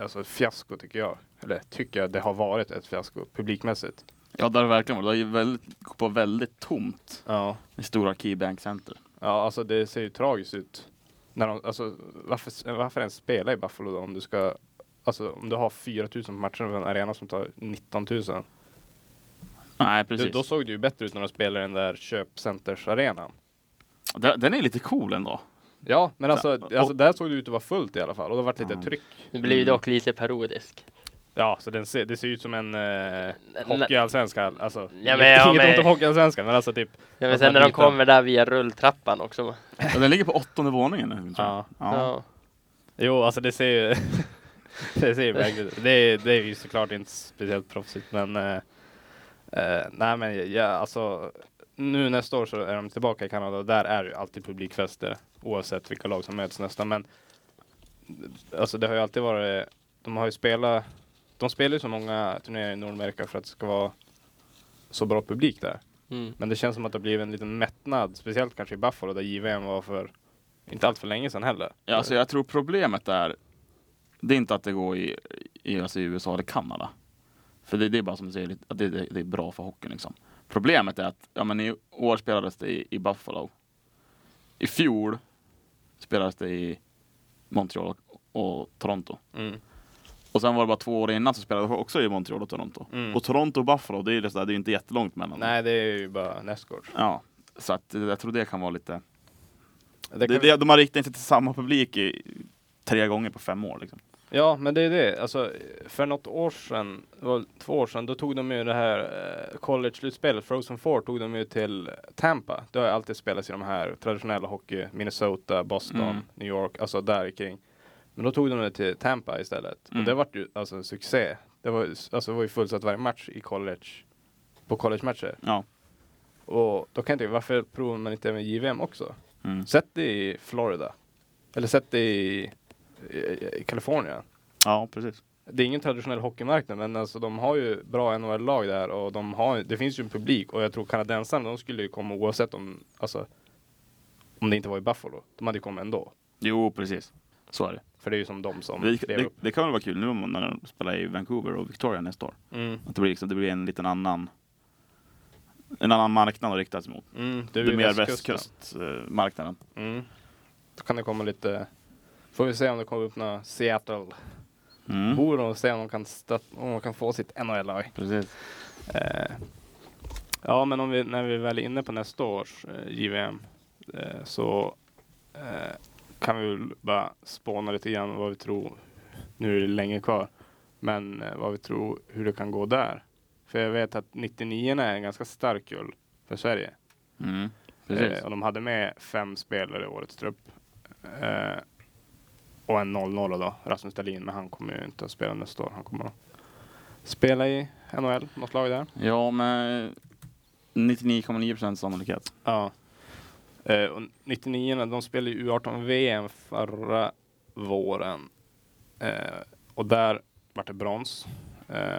Speaker 2: alltså ett fiasko tycker jag. Eller tycker jag, det har varit ett fiasko publikmässigt.
Speaker 1: Ja, det har det verkligen varit. Det har ju väldigt, gått på väldigt tomt
Speaker 2: Ja.
Speaker 1: i stora Keybank Center.
Speaker 2: Ja, alltså det ser ju tragiskt ut. När de, alltså, varför, varför ens spela i Buffalo då om du ska Alltså om du har 4000 på matchen och en arena som tar 19 000.
Speaker 1: Nej,
Speaker 2: Du,
Speaker 1: precis.
Speaker 2: då såg det ju bättre ut när de spelade den där köpcentersarenan.
Speaker 1: Den, den är lite cool ändå.
Speaker 2: Ja, men alltså,
Speaker 1: Ja,
Speaker 2: alltså
Speaker 1: och-
Speaker 2: där såg det ut att vara fullt i alla fall och det var lite
Speaker 1: Ja.
Speaker 2: tryck.
Speaker 3: Det blir ju dock lite parodisk.
Speaker 2: Ja, så den ser, det ser ut som en eh, hockeyallsvenskan. Alltså,
Speaker 3: Ja, men ja,
Speaker 2: inget
Speaker 3: men-
Speaker 2: ont om hockeyallsvenskan, men alltså typ.
Speaker 3: Ja, men
Speaker 2: Att
Speaker 3: sen
Speaker 2: man
Speaker 3: när de
Speaker 2: byter.
Speaker 3: kommer där via rulltrappan också.
Speaker 1: Ja, den ligger på åttonde våningen nu. tror jag.
Speaker 2: Ja.
Speaker 1: Ja.
Speaker 2: Jo, alltså det ser ju... [LAUGHS] det ser ju verkligen ut. Det, är- det är ju såklart inte speciellt proffsigt, men... Eh, eh, nej, men ja, alltså... Nu nästa år så är de tillbaka i Kanada och där är det ju alltid publikfester oavsett vilka lag som möts nästan. Men alltså det har ju alltid varit... De har ju spelat de spelar ju så många turneringar i Nordamerika för att det ska vara så bra publik där.
Speaker 3: Mm.
Speaker 2: Men det känns som att det har blivit en liten mättnad, speciellt kanske i Buffalo där JVM var för inte allt för länge sedan heller.
Speaker 1: Ja, alltså jag tror problemet är, det är inte att det går i, i, alltså i USA eller Kanada. För det, det är bara som du säger, att det, det, det är bra för hockeyn liksom. Problemet är att, ja men i år spelades det i, i Buffalo. I fjol spelades det i Montreal och, och Toronto.
Speaker 2: Mm.
Speaker 1: Och sen var det bara två år innan så spelade det också i Montreal och Toronto.
Speaker 2: Mm.
Speaker 1: Och Toronto och Buffalo, det är ju det så där, det är ju inte jättelångt mellan.
Speaker 2: Nej, det är ju bara nästgårds.
Speaker 1: Ja, så att eh, jag tror det kan vara lite...
Speaker 2: Det
Speaker 1: Det
Speaker 2: kan-
Speaker 1: det, de har riktat sig till samma publik i, tre gånger på fem år liksom.
Speaker 2: Ja, men det är det. Alltså, för något år sedan, det var två år sedan, då tog de ju det här eh, college-slutspelet, Frozen Four, tog de ju till Tampa. Det har ju alltid spelats i de här traditionella hockey, Minnesota, Boston,
Speaker 1: Mm.
Speaker 2: New York, alltså där kring. Men då tog de det till Tampa istället.
Speaker 1: Mm.
Speaker 2: Och det var ju alltså en succé. Det var, ju- alltså, det var ju fullsatt varje match i college, på college-matcher.
Speaker 1: Ja.
Speaker 2: Och då kan jag tänka, varför provar man inte med JVM också?
Speaker 1: Mm.
Speaker 2: Sätt det i Florida. Eller sätt det i, i, i Kalifornien.
Speaker 1: Ja, precis.
Speaker 2: Det är ingen traditionell hockeymarknad, men alltså, de har ju bra NHL-lag där och de har, det finns ju en publik och jag tror kanadensarna, de skulle ju komma oavsett om, alltså, om det inte var i Buffalo. De hade ju kommit ändå.
Speaker 1: Jo, precis. Så är det.
Speaker 2: För det är ju som de som
Speaker 1: Det,
Speaker 2: klev
Speaker 1: det,
Speaker 2: upp.
Speaker 1: det kan väl vara kul nu om- när de spelar i Vancouver och Victoria nästa år.
Speaker 2: Mm,
Speaker 1: Att det blir, liksom, det blir en liten annan en annan marknad att rikta sig mot.
Speaker 2: mm,
Speaker 1: Det
Speaker 2: är
Speaker 1: blir
Speaker 2: ju
Speaker 1: mer
Speaker 2: västkusten.
Speaker 1: västkustmarknaden.
Speaker 2: Mm. Då kan det komma lite, får vi se om det kommer upp några Seattle-bor
Speaker 1: Mm.
Speaker 2: och se om de kan, stöt- om de kan få sitt NHL-lag.
Speaker 1: Precis.
Speaker 2: Eh, ja, men om vi, när vi väl är inne på nästa års eh, JVM eh, så eh, kan vi väl bara spåna lite grann vad vi tror. Nu är det länge kvar, men eh, vad vi tror hur det kan gå där. För jag vet att 99 är en ganska stark kull för Sverige.
Speaker 1: Mm. Precis.
Speaker 2: Eh, och de hade med fem spelare i årets trupp. Eh, och en 0-0 då, Rasmus Dahlin, men han kommer ju inte att spela nästa år. Han kommer att spela i NHL, något lag där.
Speaker 1: Ja, men eh, 99,9 sannolikhet.
Speaker 2: Ja. Eh, och 99 de spelade ju U18 VM förra våren. Eh, och där vart det brons. Eh,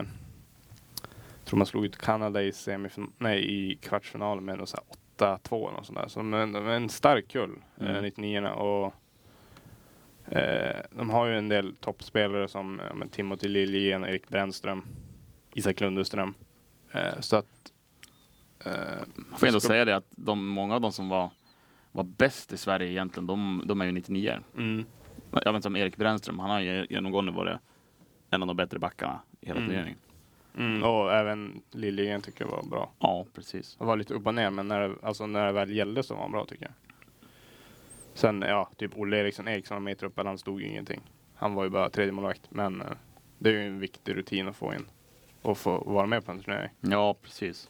Speaker 2: tror man slog ut Kanada i, semifin- nej, i kvartsfinalen med någon så här 8-2 eller något sånt där. Så de är en, de är en stark kull, eh,
Speaker 1: Mm.
Speaker 2: 99 och eh, de har ju en del toppspelare som eh, men Timothy Liljegren, Erik Brännström, Isak Lundeström. Eh, så att eh,
Speaker 1: Man får ändå
Speaker 2: Ska-
Speaker 1: säga det att de, många av de som var, var bäst i Sverige egentligen, de, de är ju 99
Speaker 2: mm,
Speaker 1: Jag vet som Erik Brännström, han har ju genomgående varit en av de bättre backarna i hela
Speaker 2: Mm.
Speaker 1: turneringen.
Speaker 2: Mm, och även Liljegren tycker jag var bra.
Speaker 1: Ja, precis.
Speaker 2: Han var lite upp och ner, men när det, alltså, när det väl gällde så var han bra tycker jag. Sen ja, typ Olle Eriksson Eriksson var med i truppen, han stod ju ingenting. Han var ju bara tredje målvakt, men eh, det är ju en viktig rutin att få in och få vara med på en turnering.
Speaker 1: Ja, precis.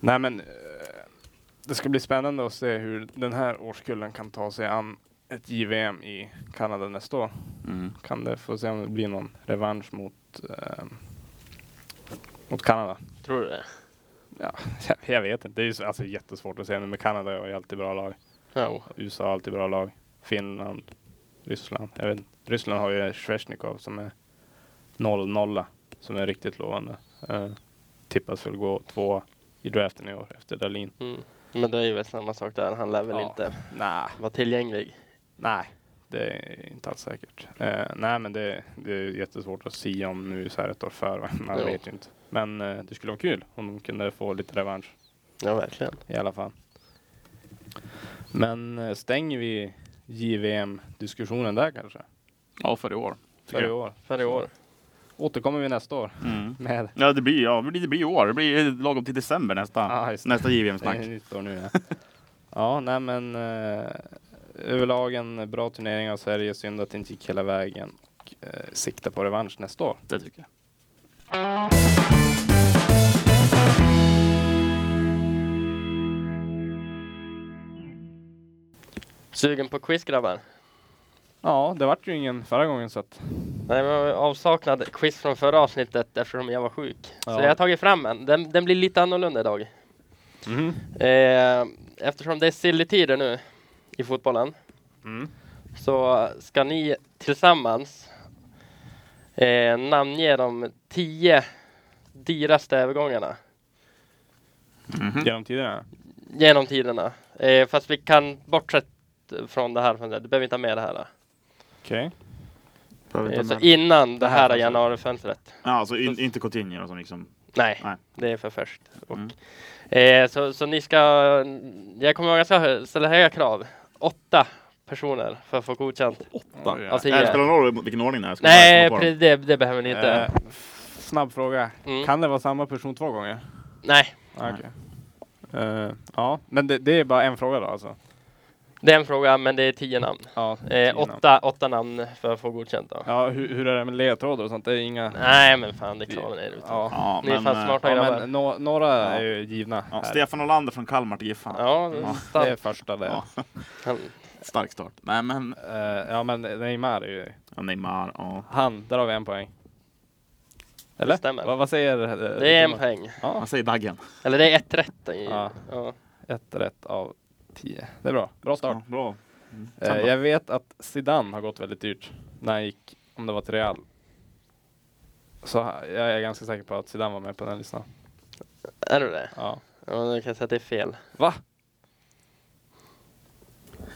Speaker 2: Nej, men eh, det ska bli spännande att se hur den här årskullen kan ta sig an ett JVM i Kanada nästa år.
Speaker 1: Mm.
Speaker 2: Kan det få se om det blir någon revansch mot, eh, mot Kanada.
Speaker 3: Tror du det?
Speaker 2: Ja, [LAUGHS] jag- jag vet inte. Det är ju så- alltså jättesvårt att säga nu, men Kanada har ju alltid bra lag.
Speaker 3: Jo.
Speaker 2: USA har alltid bra lag. Finland, Ryssland. Jag vet, inte. Ryssland har ju Svesjnikov som är 0-0, som är riktigt lovande. Uh, tippas väl gå två i draften i år efter Dahlin.
Speaker 3: Mm. Men det är ju väl samma sak där. Han lär väl
Speaker 2: Ja.
Speaker 3: inte
Speaker 2: Nej,
Speaker 3: vara tillgänglig.
Speaker 2: nej, det är inte alls säkert. Eh, nej, men det, det är jättesvårt att säga om nu så här ett år före. [LAUGHS] Man
Speaker 3: Ja.
Speaker 2: vet ju inte. Men eh, det skulle vara kul om de kunde få lite revansch.
Speaker 3: Ja, verkligen.
Speaker 2: i alla fall. Men eh, stänger vi JVM-diskussionen där kanske?
Speaker 1: Ja, för i år.
Speaker 2: För i år.
Speaker 3: För i år.
Speaker 2: Återkommer vi nästa år
Speaker 1: Mm.
Speaker 2: med
Speaker 3: [LAUGHS]
Speaker 1: Ja, det blir, ja, det blir i år. Det blir lagom till december nästa,
Speaker 2: Ja, just det.
Speaker 1: nästa
Speaker 2: det är
Speaker 1: JVM-snack.
Speaker 2: [LAUGHS] nytt år nu. Ja,
Speaker 3: [LAUGHS]
Speaker 2: ja nej men eh, överlag en bra turnering av Sverige. Synd att det inte gick hela vägen. Och, eh, sikta på revansch nästa år.
Speaker 1: Det tycker jag.
Speaker 3: Sugen på quiz grabbar?
Speaker 2: Ja, det vart ju ingen förra gången så att
Speaker 3: Nej, men jag avsaknade quiz från förra avsnittet eftersom jag var sjuk.
Speaker 2: Ja.
Speaker 3: Så jag har tagit fram en. Den, den blir lite annorlunda idag.
Speaker 2: mm.
Speaker 3: Eh, eftersom det är silly-tider nu i fotbollen
Speaker 2: Mm.
Speaker 3: så ska ni tillsammans eh, namnge de tio dyraste övergångarna Mm-hmm.
Speaker 2: Genom tiderna?
Speaker 3: genom tiderna. Eh, fast vi kan bortsett från det här, från det. du behöver inte ha med det här. då.
Speaker 2: Okej.
Speaker 1: Behöver
Speaker 3: Eh,
Speaker 1: inte
Speaker 3: så
Speaker 1: ha med-
Speaker 3: innan det
Speaker 2: Det här
Speaker 3: här
Speaker 2: fönstret.
Speaker 3: januarifönstret.
Speaker 1: Ja, alltså in, inte Coutinho som liksom...
Speaker 3: Nej,
Speaker 1: Nej.
Speaker 3: det är för färskt. Och,
Speaker 1: Mm.
Speaker 3: eh, så, så ni ska, jag kommer ihåg att jag ska ställa höga krav. Åtta personer för att få godkänt.
Speaker 1: Åtta.
Speaker 2: Oj, ja.
Speaker 3: Alltså,
Speaker 1: Nej, det
Speaker 3: ja.
Speaker 1: Äh, spelar någon roll vilken ordning det är. jag ska bara
Speaker 3: Nej,
Speaker 1: komma på
Speaker 3: pre- det, det behöver ni inte.
Speaker 2: Eh, f- snabb fråga.
Speaker 3: Mm.
Speaker 2: Kan det vara samma person två gånger?
Speaker 3: Nej,
Speaker 2: Ah,
Speaker 1: Nej.
Speaker 2: okej. Eh, ja, men det, det är bara en fråga då alltså?
Speaker 3: det är en fråga, men det är tio namn.
Speaker 2: Ja,
Speaker 3: Eh, åtta, åtta namn för att få godkänt då.
Speaker 2: Ja, hur, hur är det med ledtrådar och sånt? Det är inga...
Speaker 3: Nej, men fan, det klarar ni. Ja.
Speaker 2: Ja, ja.
Speaker 1: Ja,
Speaker 3: Ni är
Speaker 1: men,
Speaker 3: fan
Speaker 1: eh,
Speaker 3: smarta grabbar.
Speaker 2: men nå- några
Speaker 1: Ja.
Speaker 2: är ju givna.
Speaker 1: Ja,
Speaker 2: här.
Speaker 1: Stefan Olander från Kalmar till Giffarna.
Speaker 3: Ja, det är
Speaker 1: Ja.
Speaker 3: sant.
Speaker 2: Det är första där.
Speaker 1: Ja,
Speaker 3: Han-
Speaker 1: stark start. Nej men,
Speaker 2: Eh, ja, men Neymar är ju...
Speaker 1: ja, Neymar, ja.
Speaker 2: Han, där har vi en poäng. Eller?
Speaker 3: Det stämmer.
Speaker 2: Vad- vad säger eh,
Speaker 3: Det är en
Speaker 2: Thomas?
Speaker 3: poäng.
Speaker 2: Ja,
Speaker 1: Vad säger Daggen?
Speaker 3: Eller det är ett rätt. i-
Speaker 2: Ja.
Speaker 3: Ja.
Speaker 2: ett rätt av tio. Det är bra. Bra start.
Speaker 1: Ja, bra. Mm.
Speaker 2: Eh,
Speaker 1: Sen då?
Speaker 2: jag vet att Zidane har gått väldigt dyrt när han gick, om det var till Real. Så jag är ganska säker på att Zidane var med på den här listan.
Speaker 3: Är du det?
Speaker 2: Ja.
Speaker 3: Ja, då kan jag säga att det är fel.
Speaker 2: Va?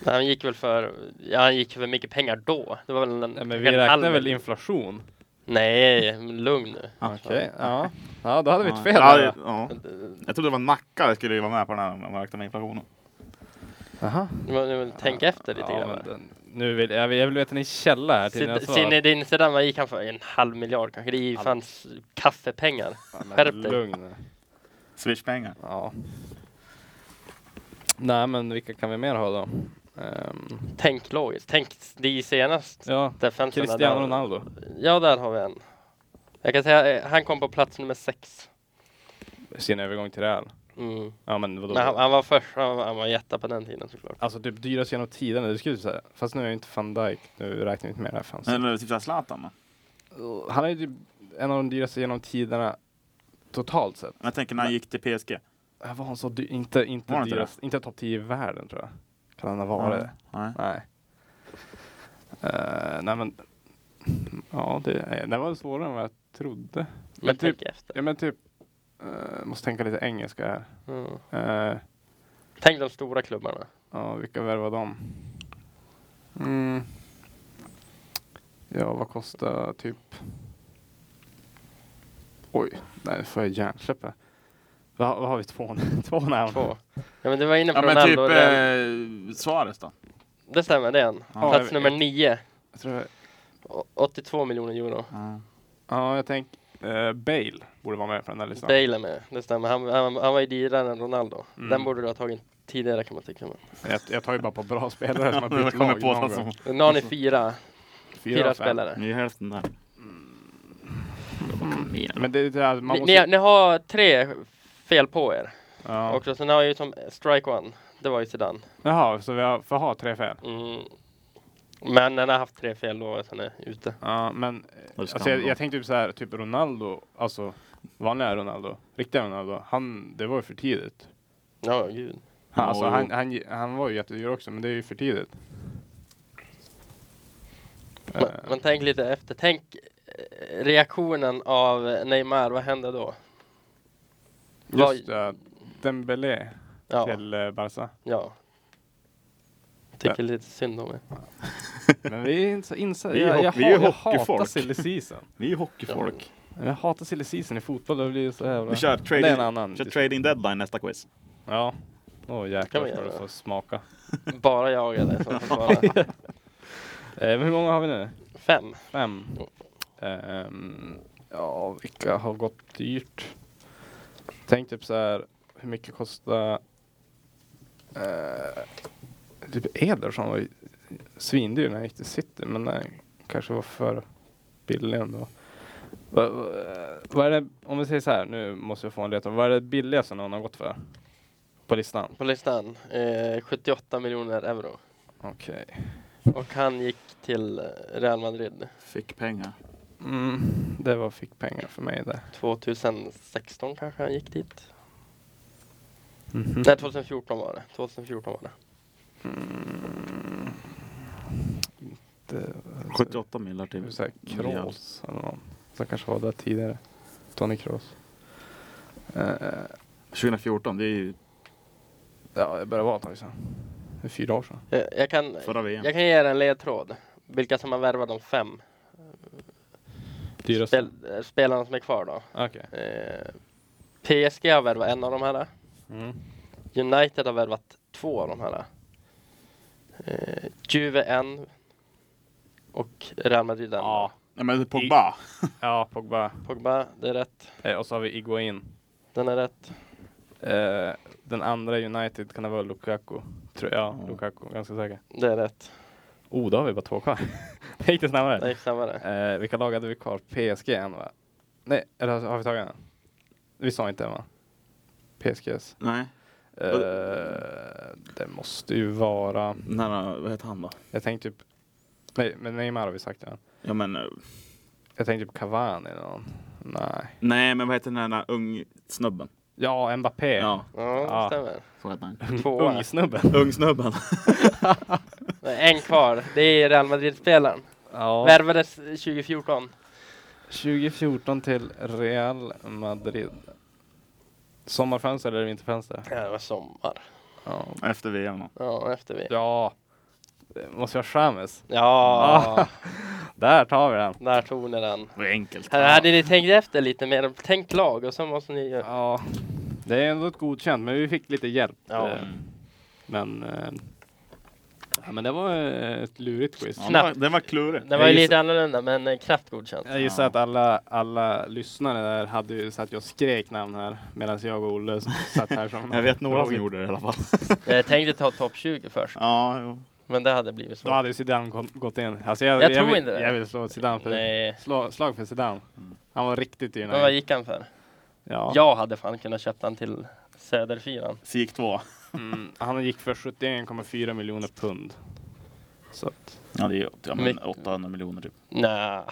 Speaker 3: Men Han gick väl för, ja, han gick för mycket pengar då. Det var väl en,
Speaker 2: Nej, men vi
Speaker 3: en halv
Speaker 2: räknar väl
Speaker 3: miljon.
Speaker 2: inflation?
Speaker 3: Nej, men lugn nu.
Speaker 1: Ja.
Speaker 2: Okej, ja. ja. då hade vi ett fel.
Speaker 1: Ja,
Speaker 2: där.
Speaker 1: det- ja. Jag trodde det var Nacka jag skulle vara med på den här om man räknar med inflationen.
Speaker 2: Jaha.
Speaker 3: Du må- du må tänka efter lite
Speaker 2: Ja,
Speaker 3: grann.
Speaker 2: men den, nu vill jag, vill, jag vill veta din källa här till dina
Speaker 3: Sid-
Speaker 2: svar.
Speaker 3: Zinedine Zidane, vad gick han för? En halv miljard kanske? Det är ju
Speaker 2: Halv.
Speaker 3: fan s- kaffepengar.
Speaker 2: Ja, men
Speaker 3: skärp dig.
Speaker 2: Lugn.
Speaker 1: Swishpengar.
Speaker 2: Ja. Nej, men vilka kan vi mer ha då? Ehm,
Speaker 3: Tänk logiskt. Tänk s- de senaste
Speaker 2: ja,
Speaker 3: fönstren.
Speaker 2: Cristiano
Speaker 3: där-
Speaker 2: Ronaldo.
Speaker 3: Ja, där har vi en. Jag kan säga, eh, han kom på plats nummer sex.
Speaker 2: Sin övergång till Real.
Speaker 3: Mm.
Speaker 2: Ja, men vadå?
Speaker 3: Men han, han var först, han var, han var jätta på den tiden såklart.
Speaker 2: Alltså typ dyrast genom tiden, det skulle jag säga. Fast nu är ju inte van Dijk, nu räknar vi inte med det här fanns.
Speaker 1: Eller typ såhär Zlatan. va?
Speaker 2: Han är ju typ en av de dyraste genom tiderna totalt sett.
Speaker 1: Jag tänker när han gick till PSG.
Speaker 2: Äh, Var han så dyr? Inte, inte
Speaker 1: Var han inte
Speaker 2: dyrast, inte topp 10 i världen tror jag. Kan han ha varit det?
Speaker 1: Nej.
Speaker 2: Nej. Eh, nej men, ja det, är- det var svårare än vad jag trodde.
Speaker 3: Men,
Speaker 2: Men
Speaker 3: tänk efter.
Speaker 2: Ja men typ, eh, måste tänka lite engelska här.
Speaker 3: Mm.
Speaker 2: Eh,
Speaker 3: Tänk de stora klubbarna.
Speaker 2: Ja, vilka värvade de? Mm. Ja, vad kostar typ... Oj, nej nu får jag hjärnsläpp här. Vad, vad har vi? Två, n- två namn?
Speaker 3: Två. Ja men du var inne på
Speaker 1: Ja men typ
Speaker 3: Ronaldo. det,
Speaker 1: eh, Suarez då.
Speaker 3: det stämmer, det är en.
Speaker 1: Ja,
Speaker 2: jag-
Speaker 3: Plats nummer nio.
Speaker 2: Jag tror jag,
Speaker 3: Å- 82 miljoner euro.
Speaker 1: Ja.
Speaker 2: ja, jag tänker eh, Bale borde vara med på den här listan.
Speaker 3: Bale är med, det stämmer. Han, han, han var ju dyrare än Ronaldo.
Speaker 2: Mm.
Speaker 3: Den borde du ha tagit tidigare kan man tycka. Men.
Speaker 2: Jag, jag tar ju bara
Speaker 1: [LAUGHS]
Speaker 2: på bra spelare som har
Speaker 1: Jag
Speaker 2: bytt
Speaker 1: kommer
Speaker 2: lag.
Speaker 1: på
Speaker 2: någon
Speaker 1: någon
Speaker 2: gång.
Speaker 1: som...
Speaker 3: Nu har ni fyra, fyra,
Speaker 2: av Mm. fem.
Speaker 3: spelare.
Speaker 1: Ni är hälften där.
Speaker 2: Men det är det här, man
Speaker 3: Ni,
Speaker 2: måste...
Speaker 3: ni, ni har tre fel på er.
Speaker 2: ja.
Speaker 3: Och sen har jag ju som strike one, det var ju Zidane.
Speaker 2: Jaha, så vi har, får ha tre fel?
Speaker 3: Mm. Men den har haft tre fel då, så han är ute.
Speaker 2: Ja, men
Speaker 1: Det ska
Speaker 2: Alltså jag,
Speaker 1: han
Speaker 2: jag tänkte typ så här, typ Ronaldo, alltså vanliga Ronaldo, riktiga Ronaldo, han, det var ju för tidigt.
Speaker 3: Ja, gud.
Speaker 2: Han,
Speaker 1: Ja,
Speaker 2: alltså,
Speaker 1: jo.
Speaker 2: han, han, han var ju jättedyr också, men det är ju för tidigt.
Speaker 3: Man,
Speaker 2: Eh,
Speaker 3: man tänker lite efter. Tänk eh, reaktionen av Neymar, vad hände då?
Speaker 2: Just det, Dembélé
Speaker 3: Ja,
Speaker 2: till eh, Barca.
Speaker 3: ja. Tycker lite synd om er.
Speaker 2: Men vi är inte så insatta.
Speaker 1: Vi är
Speaker 2: Jag,
Speaker 1: hock-
Speaker 2: jag,
Speaker 1: vi är
Speaker 2: jag, jag
Speaker 1: hockeyfolk.
Speaker 2: hatar silly season.
Speaker 1: Vi är ju hockeyfolk.
Speaker 2: Jag hatar silly season i fotboll, det blir så jävla...
Speaker 1: Vi kör
Speaker 2: det är en
Speaker 1: trading,
Speaker 2: annan.
Speaker 1: kör trading deadline nästa quiz.
Speaker 2: Ja. Åh
Speaker 3: Kan
Speaker 2: jäklar
Speaker 3: vi
Speaker 2: ska du
Speaker 3: göra.
Speaker 2: få smaka.
Speaker 3: Bara jag eller? Så får bara.
Speaker 2: [LAUGHS] Eh, men hur många har vi nu?
Speaker 3: Fem.
Speaker 2: Fem. Ehm, ja, vilka har gått dyrt? Tänk typ så här, hur mycket kostar eh, typ Ederson var ju svindyr när han gick till City, men den kanske var för billig ändå. Va- va- Vad är det, om vi säger så här, nu måste jag få en ledtråd. Vad är det billigaste någon har gått för? På listan?
Speaker 3: På listan, eh, 78 miljoner euro.
Speaker 2: Okej.
Speaker 3: Och han gick till eh, Real Madrid
Speaker 1: Fick pengar.
Speaker 2: Mm, det var fick pengar för mig där.
Speaker 3: 2016 kanske han gick dit.
Speaker 1: Mm.
Speaker 3: Nej, 2014 var det. 2014 var det.
Speaker 2: Det-
Speaker 1: 78 millar till.
Speaker 2: typ så här Kroos eller någon. Som kanske var där tidigare. Tony Kroos. Eh,
Speaker 1: 2014, det är ju
Speaker 2: ja, det börjar vara ett tag sedan. Det är fyra år sedan.
Speaker 3: Eh, Jag kan,
Speaker 1: förra VM.
Speaker 3: jag kan ge er en ledtråd. Vilka som har värvat de fem
Speaker 2: Dyraste?
Speaker 3: spel, eh, spelarna som är kvar då.
Speaker 2: Okej.
Speaker 3: Eh, PSG har värvat en av de här.
Speaker 2: Mm.
Speaker 3: United har värvat två av de här. Eh, Juve en. Och Real Madrid en.
Speaker 2: Ja.
Speaker 1: Nej men Pogba.
Speaker 2: ja, Pogba.
Speaker 3: Pogba, det är rätt.
Speaker 2: Eh, och så har vi Iguain.
Speaker 3: Den är rätt.
Speaker 2: Eh, den andra i United kan det vara Lukaku. Tror jag.
Speaker 1: Ja.
Speaker 2: Lukaku, ganska säker.
Speaker 3: Det är rätt.
Speaker 2: Oh, då har vi bara två kvar. [LAUGHS] det gick det snabbare.
Speaker 3: Det gick snabbare.
Speaker 2: Eh, vilka lag hade vi kvar? PSG än va? Nej, eller har vi tagit den? Vi sa inte den va? PSGs.
Speaker 1: Nej.
Speaker 2: Eh, det måste ju vara...
Speaker 1: Den här, vad heter han då?
Speaker 2: Jag tänkte typ... Nej, men Neymar har vi sagt ja.
Speaker 1: Ja men, eh,
Speaker 2: Jag tänkte typ Cavani eller någon. Nej.
Speaker 1: nej men vad heter den här
Speaker 2: E.
Speaker 1: ungsnubben?
Speaker 2: Ja, Mbappé.
Speaker 1: Ja,
Speaker 3: Ja, det
Speaker 2: Ja.
Speaker 3: stämmer.
Speaker 1: [LAUGHS] så heter han.
Speaker 3: Tvåa.
Speaker 2: Ungsnubben.
Speaker 1: Ungsnubben.
Speaker 3: En kvar. Det är Real Madrid-spelaren.
Speaker 2: Ja.
Speaker 3: Värvades 2014.
Speaker 2: 2014 till Real Madrid. Sommarfönster eller vinterfönster?
Speaker 3: Ja, det var sommar.
Speaker 2: Ja.
Speaker 1: Efter VM. då.
Speaker 3: Ja, efter vi.
Speaker 2: ja. Det måste vara Chamez.
Speaker 3: Ja,
Speaker 2: Där tar vi den.
Speaker 3: där tog ni den.
Speaker 1: Det var enkelt.
Speaker 3: Här hade ni tänkt efter lite mer. Tänkt lag och så måste ni... ju-
Speaker 2: Ja, det är ändå ett godkänt, men vi fick lite hjälp.
Speaker 3: Ja.
Speaker 2: Eh, Men, eh, ja, men det var eh, ett lurigt quiz.
Speaker 1: Ja, den, var, den var klurig.
Speaker 3: Den var ju
Speaker 2: Jag
Speaker 3: lite annorlunda, men eh,
Speaker 2: [LAUGHS]
Speaker 3: knappt godkänt.
Speaker 2: Jag gissar att alla, alla lyssnare där hade ju satt jag skrek namn här medan jag och Olle som satt här
Speaker 1: [LAUGHS]
Speaker 2: som...
Speaker 1: Jag vet några som gjorde det i alla fall.
Speaker 3: Jag tänkte ta topp 20 först,
Speaker 1: Ja, jo.
Speaker 3: men det hade blivit
Speaker 2: Då
Speaker 3: svårt.
Speaker 2: hade ju Zidane gå- gått in. Alltså jag,
Speaker 3: Jag tror
Speaker 2: vill,
Speaker 3: inte det.
Speaker 2: Jag vill slå Zidane för,
Speaker 3: Nej,
Speaker 2: slå, slag för Zidane.
Speaker 1: Mm.
Speaker 2: Han var riktigt
Speaker 3: men vad
Speaker 2: dynamisk.
Speaker 3: gick han för?
Speaker 2: Ja.
Speaker 3: Jag hade fan kunnat köpa den till Söderfyran.
Speaker 1: Sik 2.
Speaker 2: Mm, han gick för 71,4 miljoner pund. Så att,
Speaker 1: Ja, det är ja, men
Speaker 3: Mycket.
Speaker 1: 800 miljoner typ.
Speaker 3: Nej, det är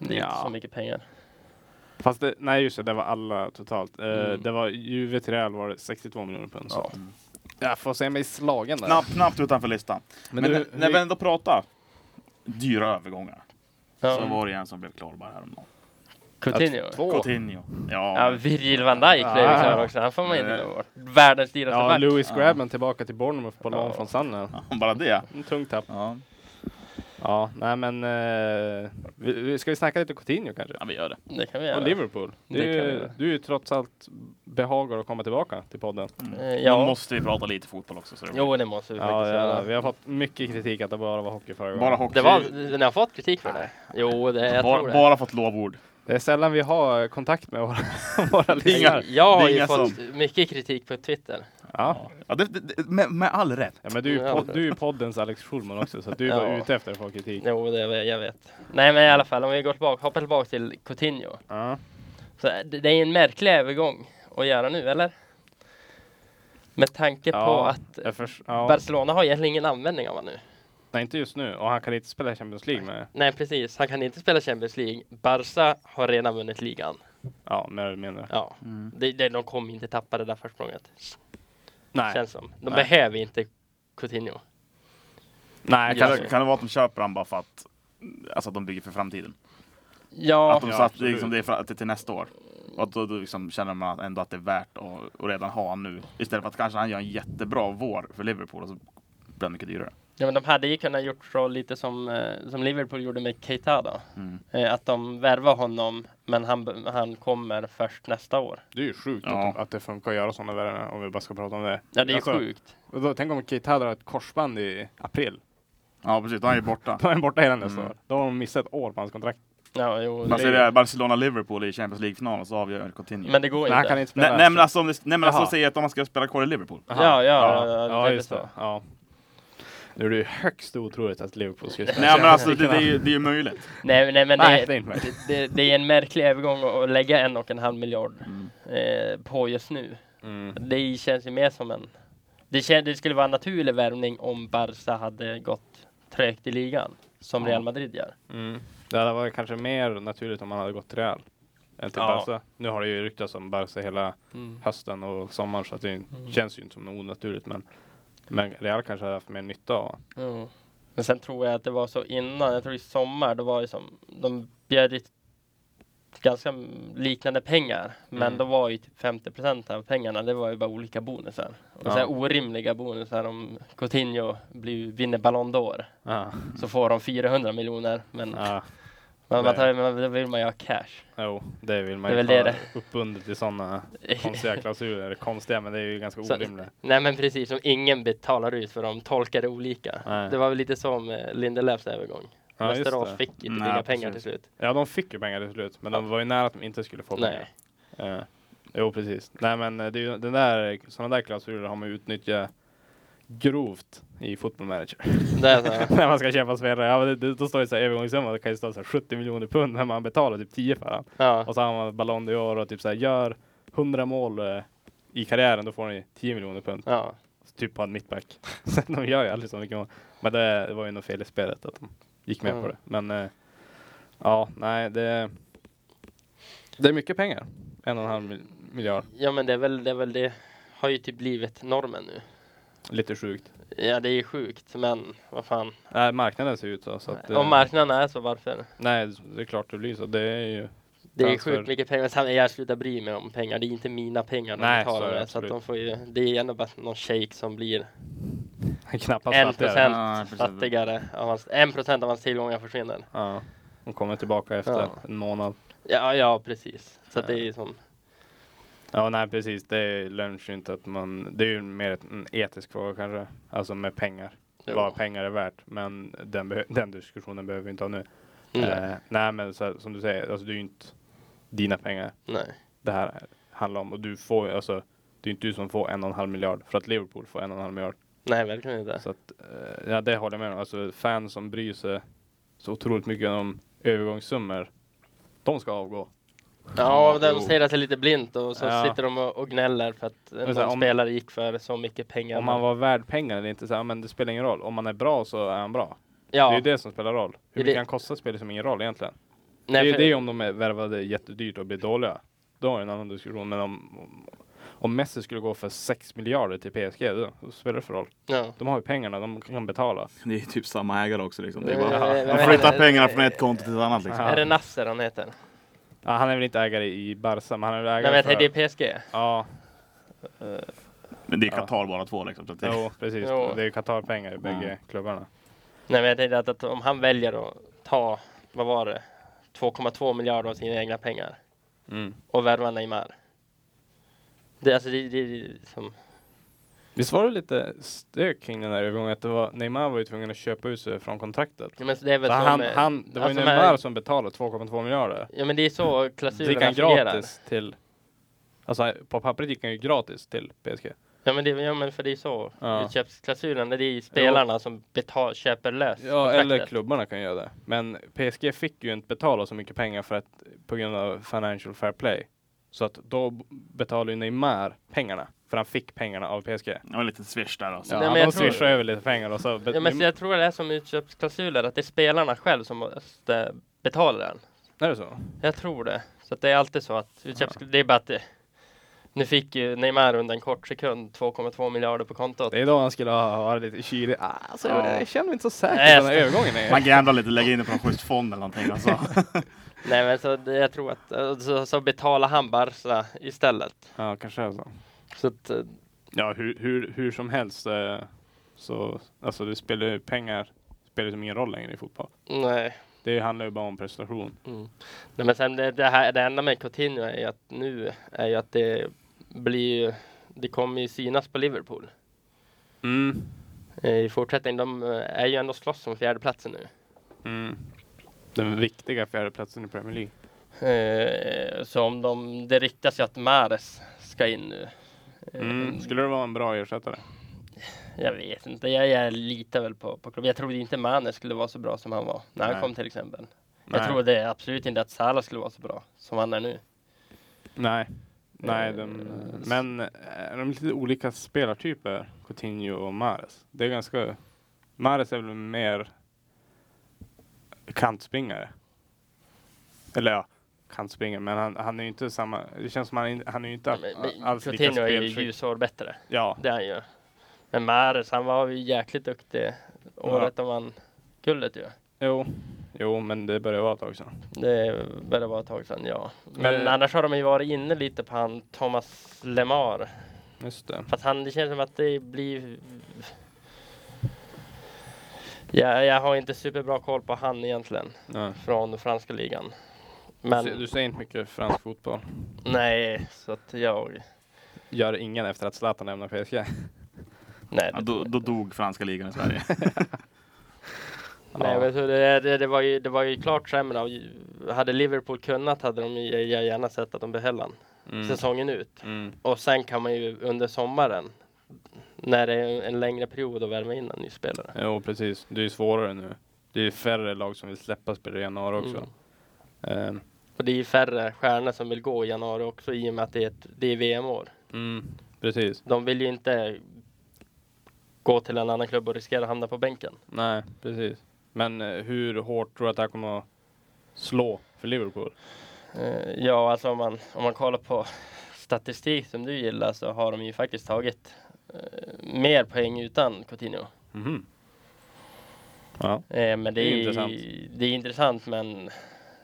Speaker 3: inte
Speaker 2: Ja.
Speaker 3: så mycket pengar.
Speaker 2: Fast det, nej just det, det var alla totalt. Eh,
Speaker 3: Mm.
Speaker 2: Det var Juve till Real var det 62 miljoner pund. Så.
Speaker 3: Ja.
Speaker 2: Jag får se mig slagen där.
Speaker 1: Knappt, knappt utanför listan. Men,
Speaker 2: Men du,
Speaker 1: när- när
Speaker 2: hur-
Speaker 1: vi ändå pratar dyra övergångar. Så
Speaker 3: Ja.
Speaker 1: var det en som blev klar bara häromdagen.
Speaker 3: Coutinho.
Speaker 2: Två.
Speaker 1: Coutinho.
Speaker 3: Ja,
Speaker 1: Ja.
Speaker 3: Virgil van Dijk blev ju
Speaker 2: Ja.
Speaker 3: klar också. Han får man inte
Speaker 1: Nej.
Speaker 3: glömma bort. Världens dyraste
Speaker 2: Ja,
Speaker 3: back.
Speaker 2: Lewis
Speaker 1: Ja.
Speaker 2: Grabman tillbaka till Bournemouth på lån
Speaker 3: Ja.
Speaker 2: från Sunderland.
Speaker 1: ja, [LAUGHS] bara det.
Speaker 2: En tung tapp.
Speaker 1: Ja.
Speaker 2: Ja, nej men. eh, vi, vi- ska vi snacka lite Coutinho kanske?
Speaker 1: ja, vi gör det.
Speaker 3: Det kan vi
Speaker 2: Och
Speaker 3: göra.
Speaker 2: Liverpool.
Speaker 3: Det
Speaker 2: Du,
Speaker 3: kan vi
Speaker 2: är-
Speaker 3: göra.
Speaker 2: du är ju trots allt behagad att komma tillbaka till podden.
Speaker 3: Eh,
Speaker 1: Nu
Speaker 3: Ja.
Speaker 1: måste vi prata lite fotboll också. Så det
Speaker 3: Jo, det måste vi
Speaker 2: Ja,
Speaker 3: faktiskt
Speaker 2: ja,
Speaker 3: göra.
Speaker 2: vi har fått mycket kritik att det bara var hockey förra
Speaker 1: blir-
Speaker 2: gången.
Speaker 1: bara hockey.
Speaker 3: Det var, ni har fått kritik för det? Jo, det, jag tror
Speaker 1: bara,
Speaker 3: det.
Speaker 1: bara fått lovord.
Speaker 2: Det är sällan vi har kontakt med våra, [LAUGHS] våra
Speaker 1: Inga-
Speaker 2: ligor.
Speaker 3: Jag har
Speaker 1: det är
Speaker 3: ju
Speaker 1: inga
Speaker 3: fått mycket kritik på Twitter.
Speaker 2: Ja.
Speaker 1: Ja, det, det, det, med, med all rätt.
Speaker 2: Ja, men du, är ju
Speaker 3: Ja.
Speaker 2: pod- du är ju poddens Alex Schulman också, så att du är
Speaker 3: Ja.
Speaker 2: bara ute efter att få kritik.
Speaker 3: Jo, det, jag vet. Nej, men i alla fall om vi går tillbaka, hoppar tillbaka till Coutinho.
Speaker 2: Ja.
Speaker 3: Så det, det är en märklig övergång att göra nu, eller? Med tanke på
Speaker 2: Ja,
Speaker 3: att
Speaker 2: Jag förs- ja.
Speaker 3: Barcelona har egentligen ingen användning av honom nu.
Speaker 2: Nej, inte just nu. Och han kan inte spela Champions League med.
Speaker 3: Nej, precis. Han kan inte spela Champions League. Barca har redan vunnit ligan.
Speaker 2: Ja, mer eller mindre.
Speaker 3: Ja, det, det, de kommer inte tappa det där försprånget.
Speaker 2: Nej,
Speaker 3: Känns som. De
Speaker 2: Nej.
Speaker 3: behöver inte Coutinho.
Speaker 1: Kan,
Speaker 2: Nej kan
Speaker 3: Ja.
Speaker 1: det, kan det vara att de köper han bara för att, alltså att de bygger för framtiden?
Speaker 3: Ja,
Speaker 1: att de
Speaker 2: Ja,
Speaker 1: satt,
Speaker 2: absolut.
Speaker 1: liksom, det är fra- till, till nästa år. Och att då, då liksom känner man ändå att det är värt att, att redan ha han nu. Istället för att kanske han gör en jättebra vår för Liverpool och så blir han mycket dyrare.
Speaker 3: ja, men de hade ju kunnat gjort så lite som, eh, som Liverpool gjorde med Keita då.
Speaker 1: Mm.
Speaker 3: Eh, att de värvar honom, men han, b- han kommer först nästa år.
Speaker 2: det är ju sjukt
Speaker 1: Ja.
Speaker 2: att, att det funkar att göra sådana värden om vi bara ska prata om det.
Speaker 3: Ja, det är ju
Speaker 2: Alltså,
Speaker 3: sjukt.
Speaker 2: Och då, tänk om Keita hade ett korsband i april. [LAUGHS]
Speaker 1: Ja precis, då är han ju [LAUGHS] borta.
Speaker 2: Då är han borta hela nästa
Speaker 1: Mm.
Speaker 2: år. Då har de missat ett år på hans kontrakt.
Speaker 3: Ja, jo,
Speaker 1: Man
Speaker 3: det-
Speaker 1: ser det här, Barcelona-Liverpool i Champions League-final och så avgör Coutinho.
Speaker 3: men det går
Speaker 2: Men
Speaker 3: inte.
Speaker 2: han kan inte
Speaker 1: Nej,
Speaker 2: spela.
Speaker 1: nej men alltså, om det, nej, men alltså
Speaker 2: Jaha.
Speaker 1: säger att om man ska spela kvar i Liverpool.
Speaker 3: Ja, ja, ja,
Speaker 2: ja,
Speaker 3: ja,
Speaker 2: ja,
Speaker 3: det
Speaker 2: just
Speaker 3: är så.
Speaker 2: det. Ja. Nu är det ju högst otroligt att Liverpool ska spela.
Speaker 1: Nej men alltså det, det, är, [LAUGHS] ju, det är ju möjligt.
Speaker 3: Nej, nej, men
Speaker 2: Nej,
Speaker 3: det,
Speaker 2: det är inte möjligt.
Speaker 3: det, det är en märklig övergång att- att lägga en och en halv miljard eh, på just nu.
Speaker 2: Mm.
Speaker 3: Det känns ju mer som en... Det, kän, det skulle vara en naturlig värvning om Barca hade gått trögt i ligan, som
Speaker 2: Ja.
Speaker 3: Real Madrid gör.
Speaker 2: Mm. Det hade varit kanske mer naturligt om man hade gått till Real än till
Speaker 3: Ja.
Speaker 2: Barca. Nu har det ju ryktats om Barca hela hösten och sommaren så att det
Speaker 3: Mm.
Speaker 2: känns ju inte som något onaturligt men, men Real kanske hade haft mer nytta av
Speaker 3: Jo. Men sen tror jag att det var så innan, jag tror i sommar, då var det som, de bjöd ut ganska m- liknande pengar. Men
Speaker 2: Mm.
Speaker 3: då var ju typ 50 av pengarna, det var ju bara olika bonusar. Och
Speaker 2: Ja.
Speaker 3: så här orimliga bonusar om Coutinho blir, vinner Ballon d'Or.
Speaker 2: Ja,
Speaker 3: Så får de 400 miljoner. Men
Speaker 2: ja.
Speaker 3: man, man tar, men då vill man ju ha cash.
Speaker 2: Jo, det vill man
Speaker 3: Det
Speaker 2: ju
Speaker 3: är
Speaker 2: vara
Speaker 3: väl det
Speaker 2: uppbundet i sådana konstiga klausuler. Eller Konstiga, men det är ju ganska
Speaker 3: Så-
Speaker 2: orimligt.
Speaker 3: Nej men precis, som ingen betalar ut för de tolkar det olika.
Speaker 2: Nej.
Speaker 3: Det var väl lite som eh, Lindelöfs övergång.
Speaker 2: Ja, just
Speaker 3: Västerås
Speaker 2: det.
Speaker 3: fick ju typ
Speaker 1: Nej,
Speaker 3: inga pengar till
Speaker 2: precis.
Speaker 3: slut.
Speaker 2: Ja, de fick ju pengar till slut, men de var ju nära att de inte skulle få
Speaker 3: Nej.
Speaker 2: pengar. Eh, jo, precis. Nej, men eh, det är ju den där, sådana där klausuler har man ju utnyttjat grovt i Football Manager.
Speaker 3: [LAUGHS] Det är
Speaker 2: [LAUGHS]
Speaker 3: så.
Speaker 2: när man ska köpa spelare. Ja, men det, det, då står det så här övergångssumma, det kan ju stå så här 70 miljoner pund, men man betalar typ 10 för den.
Speaker 3: Ja.
Speaker 2: [LAUGHS] Och så har man Ballon d'Or och typ så här, gör 100 mål eh, i karriären, då får ni 10 miljoner pund.
Speaker 3: Ja.
Speaker 2: typ på en mittback. Så de gör ju aldrig så mycket mål. Men det, det var ju något fel i spelet att de gick med
Speaker 3: Mm.
Speaker 2: på det. Men eh, ja, nej, det, det är mycket pengar. En och en halv mil- miljard.
Speaker 3: ja men det är, väl, det är väl det har ju typ blivit normen nu.
Speaker 2: Lite sjukt.
Speaker 3: Ja det är ju sjukt men vad fan.
Speaker 2: Nej, marknaden ser ut så. så att, eh,
Speaker 3: Om marknaden är så varför?
Speaker 2: nej, det är klart det blir så. Det är ju,
Speaker 3: Det är ju
Speaker 2: Transfer.
Speaker 3: sjukt mycket pengar. Sen är jag slutar bry mig om pengar. Det är inte mina pengar de
Speaker 2: Nej, så
Speaker 3: betalar
Speaker 2: är det
Speaker 3: med. Så att de
Speaker 2: absolut.
Speaker 3: får ju, det är ändå bara någon shejk som blir
Speaker 2: knappast
Speaker 3: en
Speaker 2: att det är.
Speaker 3: procent
Speaker 1: Ja, precis.
Speaker 3: fattigare. Av hans, en procent av hans tillgångar försvinner.
Speaker 2: Ja. De kommer tillbaka efter
Speaker 3: Ja.
Speaker 2: en månad.
Speaker 3: Ja, ja precis. Så
Speaker 2: Ja.
Speaker 3: det är ju som,
Speaker 2: Ja, nej precis. Det lönar sig inte att man... Det är ju mer ett- en etisk fråga kanske. Alltså med pengar.
Speaker 3: Jo.
Speaker 2: Vad pengar är värt. Men den, behö- den diskussionen behöver vi inte ha nu.
Speaker 3: nej,
Speaker 2: Eh, nej men så, som du säger, alltså, det är ju inte dina pengar
Speaker 3: nej.
Speaker 2: det här handlar om. Och du får ju- alltså, det är ju inte du som får en och en halv miljard för att Liverpool får en och en halv miljard.
Speaker 3: nej, verkligen inte.
Speaker 2: Så att, eh, ja, det håller jag med om. Alltså fans som bryr sig så otroligt mycket om övergångssummor, de ska avgå.
Speaker 3: Ja, de
Speaker 2: jo.
Speaker 3: säger att det är lite blint och så
Speaker 2: Ja.
Speaker 3: sitter de och, och gnäller för att eh,
Speaker 2: Men
Speaker 3: någon
Speaker 2: så här, om-
Speaker 3: spelare gick för så mycket pengar.
Speaker 2: Om han var värd pengar eller inte, så, ja, men det spelar ingen roll. Om man är bra så är han bra.
Speaker 3: ja,
Speaker 2: Det är ju det som spelar roll.
Speaker 3: Det
Speaker 2: Hur
Speaker 3: är
Speaker 2: mycket
Speaker 3: det-
Speaker 2: han kostar spelar som ingen roll egentligen.
Speaker 3: nej,
Speaker 2: det är ju
Speaker 3: för,
Speaker 2: det om de är värvade jättedyrt och blir dåliga. Då har vi en annan diskussion. Men om, om- om Messi skulle gå för 6 miljarder till PSG, då, då spelar det för roll.
Speaker 3: ja.
Speaker 2: De har ju pengarna, de kan betala.
Speaker 1: Det är ju typ samma ägare också liksom. Det är
Speaker 3: Ja, ja,
Speaker 1: bara,
Speaker 3: ja,
Speaker 1: man
Speaker 3: ja,
Speaker 1: flyttar
Speaker 3: ja.
Speaker 1: pengarna från ett konto till ett annat liksom.
Speaker 2: Ja.
Speaker 3: Är det Nasser han heter?
Speaker 2: Ja, han är väl inte ägare i Barca, men han är väl
Speaker 3: Nej,
Speaker 2: ägare
Speaker 3: men
Speaker 2: för...
Speaker 3: det är PSG.
Speaker 2: Ja,
Speaker 1: Men det är
Speaker 2: Ja.
Speaker 1: Qatar bara två liksom. Så att det, [LAUGHS]
Speaker 2: jo, precis.
Speaker 3: Jo.
Speaker 2: Det är ju Qatar-pengar i bägge
Speaker 1: Ja.
Speaker 2: klubbarna.
Speaker 3: Nej, men jag tänkte att, att om han väljer att ta, vad var det, 2,2 miljarder av sina egna pengar
Speaker 2: Mm.
Speaker 3: och värva Neymar. Det, alltså, det, det, det som,
Speaker 2: Visst var det lite stök kring den där övergången? Att det var, Neymar var ju tvungen att köpa ut sig från kontraktet.
Speaker 3: ja, men det är väl
Speaker 2: Så
Speaker 3: så
Speaker 2: han,
Speaker 3: med-
Speaker 2: han, det var ju
Speaker 3: alltså,
Speaker 2: Neymar
Speaker 3: med-
Speaker 2: som betalade 2,2 miljarder.
Speaker 3: Ja, men det är så
Speaker 2: Så gick
Speaker 3: klausulerna
Speaker 2: han
Speaker 3: fungerar.
Speaker 2: gratis till... Alltså på pappret gick han ju gratis till PSG.
Speaker 3: Ja men, det, ja men för det är så.
Speaker 2: Ja.
Speaker 3: Köpsklausulen, det är ju spelarna som betal, köper lös
Speaker 2: Ja,
Speaker 3: kontraktet.
Speaker 2: eller klubbarna kan göra det. Men PSG fick ju inte betala så mycket pengar för att, på grund av Financial Fair Play. Så att då b- betalade ju Neymar pengarna. För han fick pengarna av PSG. Ja,
Speaker 1: det var lite swish där alltså.
Speaker 3: Nej, men
Speaker 2: han
Speaker 3: jag
Speaker 2: de
Speaker 3: tror-
Speaker 2: swishade över lite pengar och så... be-
Speaker 3: Ja, men så jag tror det är som utköpsklausuler, att det är spelarna själv som måste betala den.
Speaker 2: Är det så?
Speaker 3: Jag tror det. Så att det är alltid så att utköps... Det är bara att det... Nu fick ju Neymar under en kort sekund 2,2 miljarder på kontot.
Speaker 2: Det är då han skulle ha ha lite kylig. Alltså,
Speaker 1: Ja.
Speaker 2: jag, jag känner mig inte så säker
Speaker 3: Nej,
Speaker 2: på den här
Speaker 3: jag-
Speaker 2: övergången. Är.
Speaker 1: Man gamblar lite, lägger in det på någon schysst fond eller någonting. alltså. Och [LAUGHS] så.
Speaker 3: Nej men så det, jag tror att eh, så, så betalar han Barca istället.
Speaker 2: Ja, kanske är så.
Speaker 3: Så att, eh,
Speaker 2: Ja, hur, hur, hur som helst. eh, Så, alltså det spelar ju pengar. Spelar ju som ingen roll längre i fotboll.
Speaker 3: nej.
Speaker 2: Det handlar ju bara om prestation.
Speaker 3: Mm. Nej, men sen det, det, här, det enda med Coutinho är ju att nu är ju att det blir ju- det kommer ju synas på Liverpool
Speaker 2: Mm.
Speaker 3: eh, i fortsättningen. De eh, är ju ändå slåss om fjärdeplatsen nu.
Speaker 2: Mm. Den viktiga fjärdeplatsen i Premier League.
Speaker 3: Eh, så om de, det ryktas ju att Mares ska in nu. Eh,
Speaker 2: Mm. Skulle det vara en bra ersättare?
Speaker 3: Jag vet inte, jag, jag litar väl på, på klubben. Jag trodde inte Mané skulle vara så bra som han var när han
Speaker 2: Nej.
Speaker 3: kom till exempel.
Speaker 2: Nej.
Speaker 3: Jag trodde absolut inte att Salah skulle vara så bra som han är nu.
Speaker 2: Nej. Nej,
Speaker 3: Eh,
Speaker 2: de, men är de lite olika spelartyper, Coutinho och Mares? Det är ganska... Mares är väl mer kantspringare. Eller ja, kantspringare, men han, han är ju inte samma... Det känns som han, är- han är ju inte all,
Speaker 3: Men, men,
Speaker 2: alls lika
Speaker 3: Coutinho är ju
Speaker 2: spelskick.
Speaker 3: ljusår bättre.
Speaker 2: Ja,
Speaker 3: Det är han ju. Men Mahrez, han var ju jäkligt duktig året de vann guldet ju.
Speaker 2: Jo, jo men det börjar vara ett tag sedan.
Speaker 3: Det började vara ett tag sedan, ja. Men
Speaker 2: Men-
Speaker 3: annars har de ju varit inne lite på han Thomas Lemar.
Speaker 2: Just det.
Speaker 3: Fast han, det känns som att det blir... Ja, jag har inte superbra koll på han egentligen
Speaker 2: Ja.
Speaker 3: från franska ligan.
Speaker 2: Men...
Speaker 3: Men
Speaker 2: Du ser inte mycket fransk fotboll.
Speaker 3: nej, så att jag...
Speaker 2: Gör ingen efter att Zlatan lämnar PSG.
Speaker 3: Nej,
Speaker 1: Ja, då, då dog franska ligan i
Speaker 2: [LAUGHS]
Speaker 1: Sverige.
Speaker 3: Nej,
Speaker 2: Ja.
Speaker 3: men så det, det, det, var ju, det var ju klart sämre. av- Hade Liverpool kunnat hade de ju jag gärna sett att de behöll han
Speaker 2: Mm.
Speaker 3: säsongen ut.
Speaker 2: Mm.
Speaker 3: Och sen kan man ju under sommaren, när det är en längre period, att värma in en ny spelare.
Speaker 2: Jo, precis. Det är ju svårare nu. Det är ju färre lag som vill släppa spelare i januari också.
Speaker 3: Mm.
Speaker 2: Ehm,
Speaker 3: Och det är ju färre stjärnor som vill gå i januari också i och med att det är, ett, det är VM-år.
Speaker 2: mm. Precis.
Speaker 3: De vill ju inte gå till en annan klubb och riskera att hamna på bänken.
Speaker 2: Nej, precis. Men eh, hur hårt tror du att det här kommer att slå för Liverpool?
Speaker 3: Eh, Ja, alltså om man, om man kollar på statistik som du gillar så har de ju faktiskt tagit eh, mer poäng utan Coutinho.
Speaker 2: Mhm. Ja.
Speaker 3: Eh, men det
Speaker 2: Det är
Speaker 3: är,
Speaker 2: intressant.
Speaker 3: det är intressant men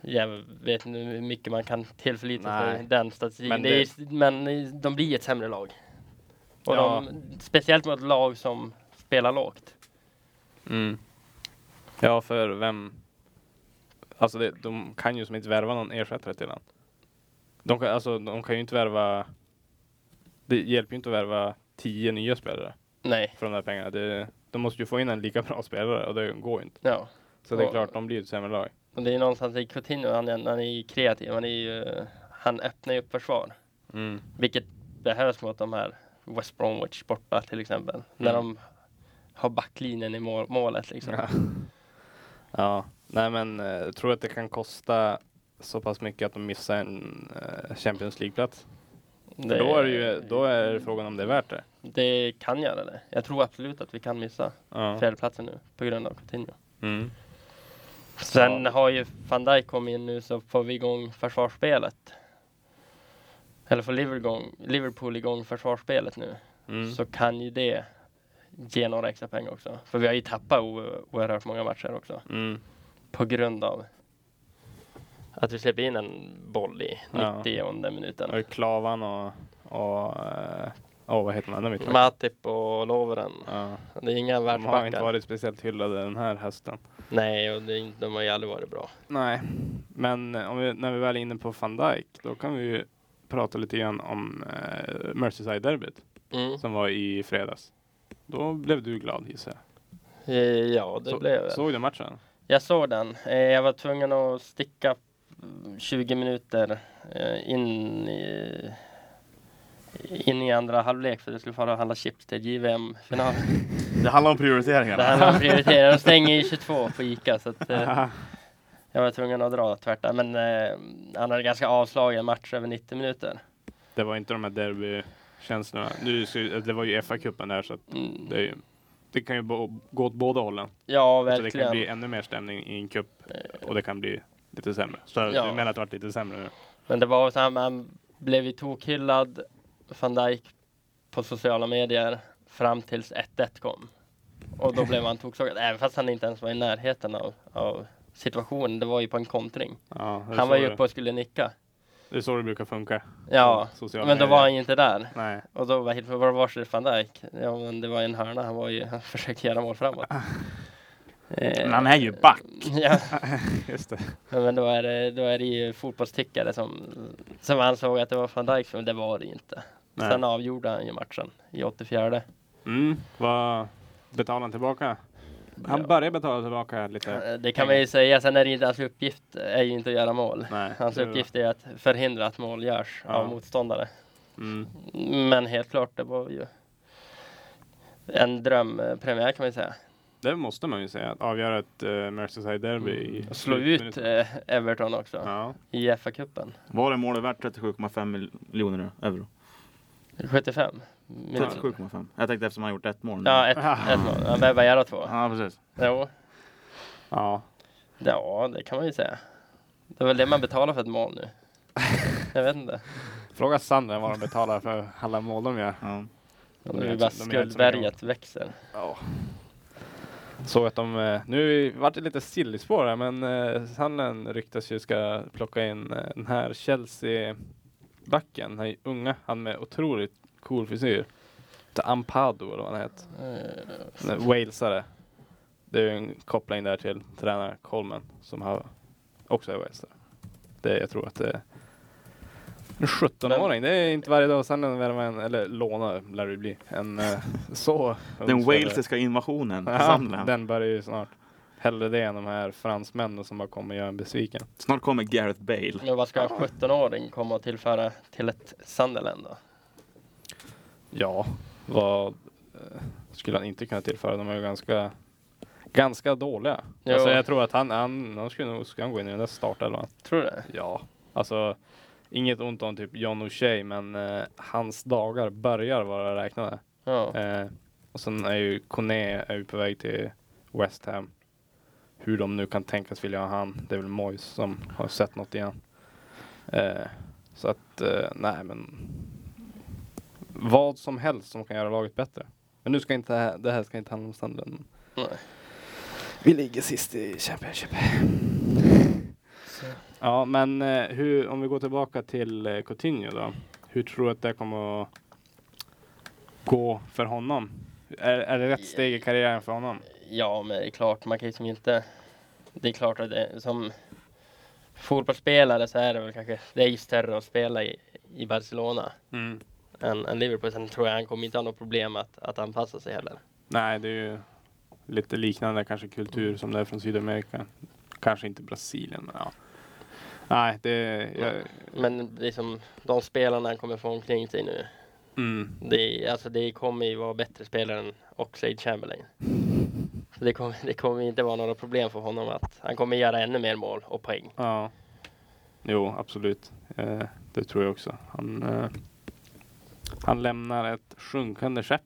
Speaker 3: jag vet inte hur mycket man kan tillförlita sig
Speaker 2: Nej.
Speaker 3: i den statistiken.
Speaker 2: Men
Speaker 3: Men, det... är, ju- men de blir ett sämre lag. Och
Speaker 2: Ja.
Speaker 3: de, speciellt mot lag som spelar lågt.
Speaker 2: Mm. Ja, för vem? Alltså, det, de kan ju som inte värva någon ersättare till han. De kan, alltså, de kan ju inte värva. Det hjälper ju inte att värva tio nya spelare
Speaker 3: Nej,
Speaker 2: för de där pengarna. Det, de måste ju få in en lika bra spelare och det går ju inte.
Speaker 3: ja.
Speaker 2: Så det är
Speaker 3: Och-
Speaker 2: klart, de blir ju ett sämre lag.
Speaker 3: Och det är någonstans i Coutinho, han är, han är ju kreativ, han, är ju, eh, han öppnar ju upp försvar.
Speaker 2: Mm.
Speaker 3: Vilket behövs mot de här West Bromwich borta till exempel. När de har backlinjen i mål, målet liksom.
Speaker 2: Mm. Ja. ja, nej men eh, jag tror att det kan kosta så pass mycket att de missar en eh, Champions League-plats. För
Speaker 3: Det,
Speaker 2: Då är det ju då är det frågan om det är värt det.
Speaker 3: det kan göra det. Jag tror absolut att vi kan missa
Speaker 2: Ja.
Speaker 3: fjärdeplatsen nu på grund av Coutinho.
Speaker 2: Mm.
Speaker 3: Sen
Speaker 2: Ja.
Speaker 3: har ju van Dijk kommit in nu så får vi igång försvarsspelet. Eller får Liverpool igång, Liverpool igång försvarsspelet nu.
Speaker 2: Mm.
Speaker 3: så kan ju det ge några extra pengar också. För vi har ju tappat o- oerhört många matcher också
Speaker 2: Mm.
Speaker 3: på grund av att vi släpper in en boll i
Speaker 2: Ja.
Speaker 3: 90 minuten.
Speaker 2: Och Klavan och, och, eh, åh, vad heter den andra mittbacken?
Speaker 3: Matip och Lovren,
Speaker 2: Ja.
Speaker 3: det är inga
Speaker 2: De har inte
Speaker 3: världsbackar.
Speaker 2: varit speciellt hyllade den här hösten.
Speaker 3: Nej, och det är, inte- de har ju aldrig varit bra.
Speaker 2: Nej, men eh, om vi, när vi väl är inne på van Dijk, då kan vi ju prata lite grann om eh, Merseyside-derbyt
Speaker 3: Mm.
Speaker 2: som var i fredags. Då blev du glad gissar jag.
Speaker 3: Eh, Ja, det
Speaker 2: Så-
Speaker 3: blev det.
Speaker 2: Såg du matchen?
Speaker 3: Jag såg den. Eh, Jag var tvungen att sticka mm, 20 minuter eh, in i, in i andra halvlek för jag skulle fara och handla chips
Speaker 2: [LAUGHS]
Speaker 3: till JVM-finalen.
Speaker 1: Det handlar om prioriteringar.
Speaker 3: Det handlar om prioriteringar. De stänger ju 22 på Ica så att, eh, jag var tvungen att dra tvärt där. Men eh, han hade ganska avslagen match över 90 minuter.
Speaker 2: Det var inte de här derbykänslorna. Nu, ska ju- det var ju FA-cupen där så att
Speaker 3: Mm.
Speaker 2: det, är ju- det kan ju bo- gå åt båda hållen.
Speaker 3: Ja,
Speaker 2: Så det kan
Speaker 3: verkligen. Eh.
Speaker 2: bli ännu mer stämning i en cup och det kan bli lite sämre. Så
Speaker 3: Ja.
Speaker 2: du menar att det varit lite sämre nu?
Speaker 3: Men det var så här, man blev ju tokhyllad, van Dijk, på sociala medier fram tills 1-1 kom. Och då blev man toksågad, även fast han inte ens var i närheten av, av situationen. Det var ju på en kontring.
Speaker 2: Ja, det är
Speaker 3: Han var
Speaker 2: så
Speaker 3: ju
Speaker 2: det-
Speaker 3: uppe och skulle nicka.
Speaker 2: Det är så det brukar funka.
Speaker 3: Ja,
Speaker 2: på sociala
Speaker 3: men då
Speaker 2: medier.
Speaker 3: var han ju inte där.
Speaker 2: Nej. [LAUGHS]
Speaker 3: Och då var Hilfe, var varsin van Dijk? Ja men det var ju en hörna, han var ju, han försökte göra mål framåt. Eh,
Speaker 1: Men han är ju back.
Speaker 3: Ja,
Speaker 2: Just det.
Speaker 3: men då är det, då är det ju fotbollstickare som, som ansåg att det var van Dijk, men det var det ju inte.
Speaker 2: Nej.
Speaker 3: Sen avgjorde han ju matchen i 84.
Speaker 2: Mm, vad betalar han tillbaka? Han
Speaker 3: Ja.
Speaker 2: börjar betala tillbaka lite.
Speaker 3: Eh, Det kan man ju säga, sen är det inte, hans uppgift är ju inte att göra mål.
Speaker 2: Nej.
Speaker 3: Hans
Speaker 2: det är-
Speaker 3: uppgift är att förhindra att mål görs
Speaker 2: Ja.
Speaker 3: av motståndare.
Speaker 2: Mm.
Speaker 3: Men helt klart, det var ju en drömpremiär kan man ju säga.
Speaker 2: Det måste man ju säga. Att avgöra ett uh, Merseyside-derby i...
Speaker 3: Och slå ut eh, Everton också
Speaker 2: Ja.
Speaker 3: i FA-cupen.
Speaker 1: Var är målet värt 37,5 miljoner nu? euro?
Speaker 3: 75 minuter.
Speaker 1: 37,5. Jag tänkte eftersom han gjort ett mål. nu.
Speaker 3: Ja, ett, ett mål. Han behöver bara göra två.
Speaker 1: ja precis.
Speaker 3: Jo.
Speaker 2: ja.
Speaker 3: Ja, det kan man ju säga. Det är väl det man betalar för ett mål nu. Jag vet inte.
Speaker 2: Fråga Sandra vad de betalar för alla mål [LAUGHS] de gör.
Speaker 1: Ja.
Speaker 3: Det är
Speaker 2: är
Speaker 3: ju
Speaker 2: helt- de är
Speaker 3: bara
Speaker 2: helt som
Speaker 3: skuldberget växer.
Speaker 2: Ja. Såg att de, eh, nu vart det lite sillyspår här, men eh, Sandland ryktas ju ska plocka in eh, den här Chelsea-backen, den här unga, han med otroligt cool frisyr. Ampado eller vad han heter.
Speaker 3: Eh,
Speaker 2: Nej, Walesare. Det är ju en koppling där till tränare Coleman som har också är walesare. Det, jag tror att det är en 17-åring. Det är inte varje dag sen värvar en, eller lånar lär det bli, en eh, så
Speaker 1: Den walesiska invasionen. till
Speaker 2: [LAUGHS] ja,
Speaker 1: Sunderland.
Speaker 2: Den börjar ju snart. Hellre det än de här fransmännen som bara kommer göra en besviken.
Speaker 1: Snart kommer Gareth Bale.
Speaker 3: Men vad ska en 17-åring komma och tillföra till ett Sunderland då?
Speaker 2: Ja, vad eh, skulle han inte kunna tillföra? De är ju ganska, ganska dåliga.
Speaker 3: Jo.
Speaker 2: Alltså, jag tror att han, han, han skulle nog ska han gå in i den där startelvan.
Speaker 3: Tror du det?
Speaker 2: Ja, alltså inget ont om typ John O'Shea, men eh, hans dagar börjar vara räknade.
Speaker 3: Ja.
Speaker 2: Eh, och sen är ju Kone är ju på väg till West Ham. Hur de nu kan tänkas vilja ha han, det är väl Moyes som har sett något igen. Eh, så att, eh, nej men. Vad som helst som kan göra laget bättre. Men nu ska inte det här, det här ska inte handla om Sunderland.
Speaker 3: Nej.
Speaker 2: Vi ligger sist i Championship. Ja, men eh, hur, om vi går tillbaka till eh, Coutinho då. Hur tror du att det kommer att gå för honom? Är, är det rätt steg i karriären för honom?
Speaker 3: Ja, men det är klart, man kan ju som inte... Det är klart att det, som fotbollsspelare så är det väl kanske... Det är ju större att spela i, i Barcelona
Speaker 2: Mm.
Speaker 3: än, än Liverpool. Sen tror jag han kommer inte ha något problem att, att anpassa sig heller.
Speaker 2: Nej, det är ju lite liknande kanske kultur som det är från Sydamerika. Kanske inte Brasilien, men ja. Nej, det... Jag,
Speaker 3: Men liksom, de spelarna han kommer få omkring sig nu,
Speaker 2: mm.
Speaker 3: det, är- alltså, det kommer ju vara bättre spelare än Oxlade Chamberlain. Så det kommer, det kommer inte vara några problem för honom att han kommer göra ännu mer mål och poäng.
Speaker 2: Ja. Jo, absolut. Eh, det tror jag också. Han, eh, han lämnar ett sjunkande skepp.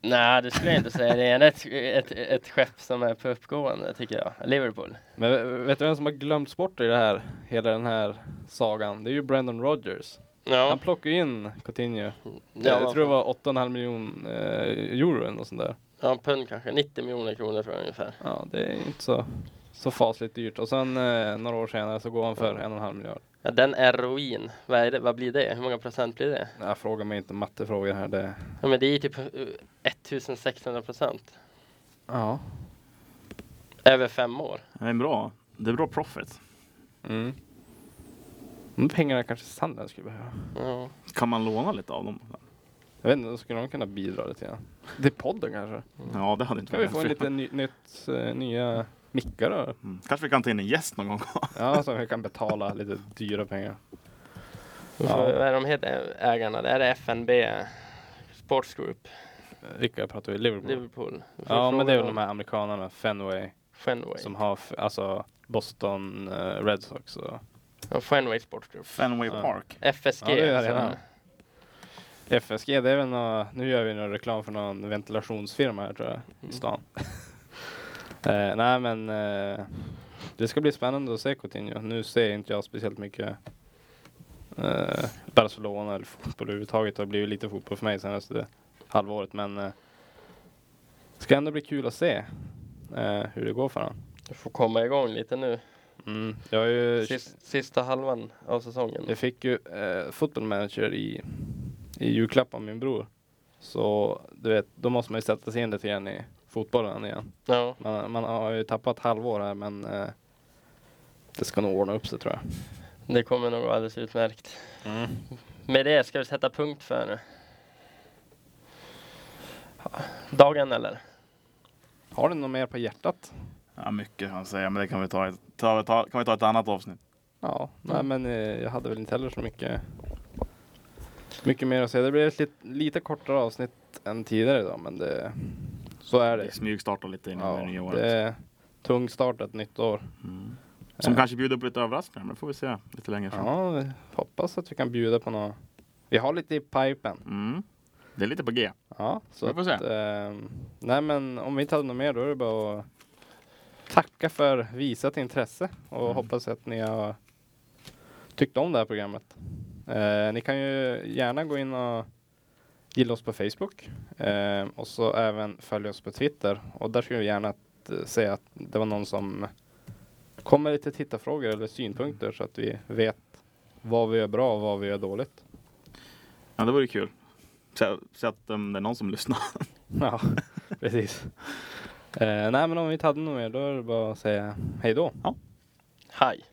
Speaker 3: Nej, det skulle jag inte säga. Det är ett, ett, ett skepp som är på uppgående, tycker jag. Liverpool.
Speaker 2: Men vet du vem som har glömts bort i det här, hela den här sagan? Det är ju Brandon Rogers. Han
Speaker 3: Ja,
Speaker 2: plockar ju in Coutinho.
Speaker 3: ja,
Speaker 2: jag tror det var 8,5 miljon eh, euro eller något sånt där.
Speaker 3: ja pund kanske. 90 miljoner kronor tror jag ungefär.
Speaker 2: Ja, det är inte så, så fasligt dyrt. Och sen eh, några år senare så går han för 1,5 miljard.
Speaker 3: Ja, den är ruin. Vad, är det? Vad blir det? Hur många procent blir det?
Speaker 2: Jag frågar mig inte mattefrågor här. Det...
Speaker 3: Ja, men det är ju typ eh, 1600 procent.
Speaker 2: Ja.
Speaker 3: Över fem år.
Speaker 1: Det är bra. Det är bra profit.
Speaker 2: Mm. De pengarna kanske Sandland skulle behöva.
Speaker 3: Ja.
Speaker 1: Kan man låna lite av dem?
Speaker 2: Jag vet inte, då skulle de kunna bidra lite grann. Till podden kanske?
Speaker 1: Ja, det hade inte
Speaker 2: Kan vi
Speaker 1: varit
Speaker 2: få
Speaker 1: helt
Speaker 2: lite
Speaker 1: fel.
Speaker 2: ny, nytt, eh, nya mickar då?
Speaker 1: Mm. Kanske vi kan ta in en gäst någon gång.
Speaker 2: Ja, som vi kan betala lite dyra pengar.
Speaker 3: Så, vad är de heter ägarna? Det här är FNB Sports Group,
Speaker 2: Vilka pratar vi? Liverpool?
Speaker 3: Liverpool. Vi får
Speaker 2: Ja, men det är väl
Speaker 3: fråga
Speaker 2: de här amerikanarna, Fenway,
Speaker 3: Fenway.
Speaker 2: som har f- alltså Boston eh, Red Sox. Och
Speaker 3: Ja, Fenway Sports Group.
Speaker 1: Fenway
Speaker 2: Ja.
Speaker 1: Park.
Speaker 3: FSG.
Speaker 2: Ja, det är det
Speaker 3: så-
Speaker 2: redan. FSG, det är väl nå, nu gör vi någon reklam för någon ventilationsfirma här tror jag, i stan. [LAUGHS] eh, nej, men eh, det ska bli spännande att se Coutinho. Nu ser inte jag speciellt mycket eh, Barcelona eller fotboll överhuvudtaget. Det har blivit lite fotboll för mig senaste halvåret, men eh, det ska ändå bli kul att se eh, hur det går för honom.
Speaker 3: Du får komma igång lite nu.
Speaker 2: Mm. Jag, har ju,
Speaker 3: Sist, sista halvan av säsongen.
Speaker 2: jag fick ju eh, football manager i, i julklapp av min bror. Så du vet, då måste man ju sätta sig in lite grann i fotbollen igen.
Speaker 3: Ja.
Speaker 2: Man, man har ju tappat halvår här men eh, det ska nog ordna upp sig tror jag.
Speaker 3: Det kommer nog gå alldeles utmärkt.
Speaker 2: Mm.
Speaker 3: Med det ska vi sätta punkt för dagen eller?
Speaker 2: Har du något mer på hjärtat?
Speaker 1: Ja, mycket kan man säga, men det kan vi ta, i- ta, ta, kan vi ta ett annat avsnitt.
Speaker 2: Ja, nej men eh, jag hade väl inte heller så mycket mycket mer att säga. Det blev ett lit, lite kortare avsnitt än tidigare idag men det, så är det.
Speaker 1: Vi smygstartar lite innan det nya
Speaker 2: Ja,
Speaker 1: året.
Speaker 2: det är tung start ett nytt år.
Speaker 1: Mm. Som
Speaker 2: Eh.
Speaker 1: kanske bjuder på lite överraskningar, men det får vi se lite längre fram.
Speaker 2: Ja, vi hoppas att vi kan bjuda på något. Vi har lite i pipen.
Speaker 1: Mm. Det är lite på G.
Speaker 2: Ja, så
Speaker 1: Vi får se.
Speaker 2: att, ehm, nej men om vi inte hade något mer då är det bara att tacka för visat intresse och
Speaker 1: Mm.
Speaker 2: hoppas att ni har tyckt om det här programmet. Eh, ni kan ju gärna gå in och ehm, gilla oss på Facebook eh, och så även följa oss på Twitter och där skulle vi gärna att eh, säga att det var någon som kom med lite tittarfrågor eller synpunkter så att vi vet vad vi gör bra och vad vi gör dåligt.
Speaker 1: Ja, det vore kul. Så, så att um, det är någon som lyssnar.
Speaker 2: [LAUGHS] Ja, precis. Eh, nej, men om vi inte hade något mer då är det bara att säga hej då.
Speaker 3: Hej!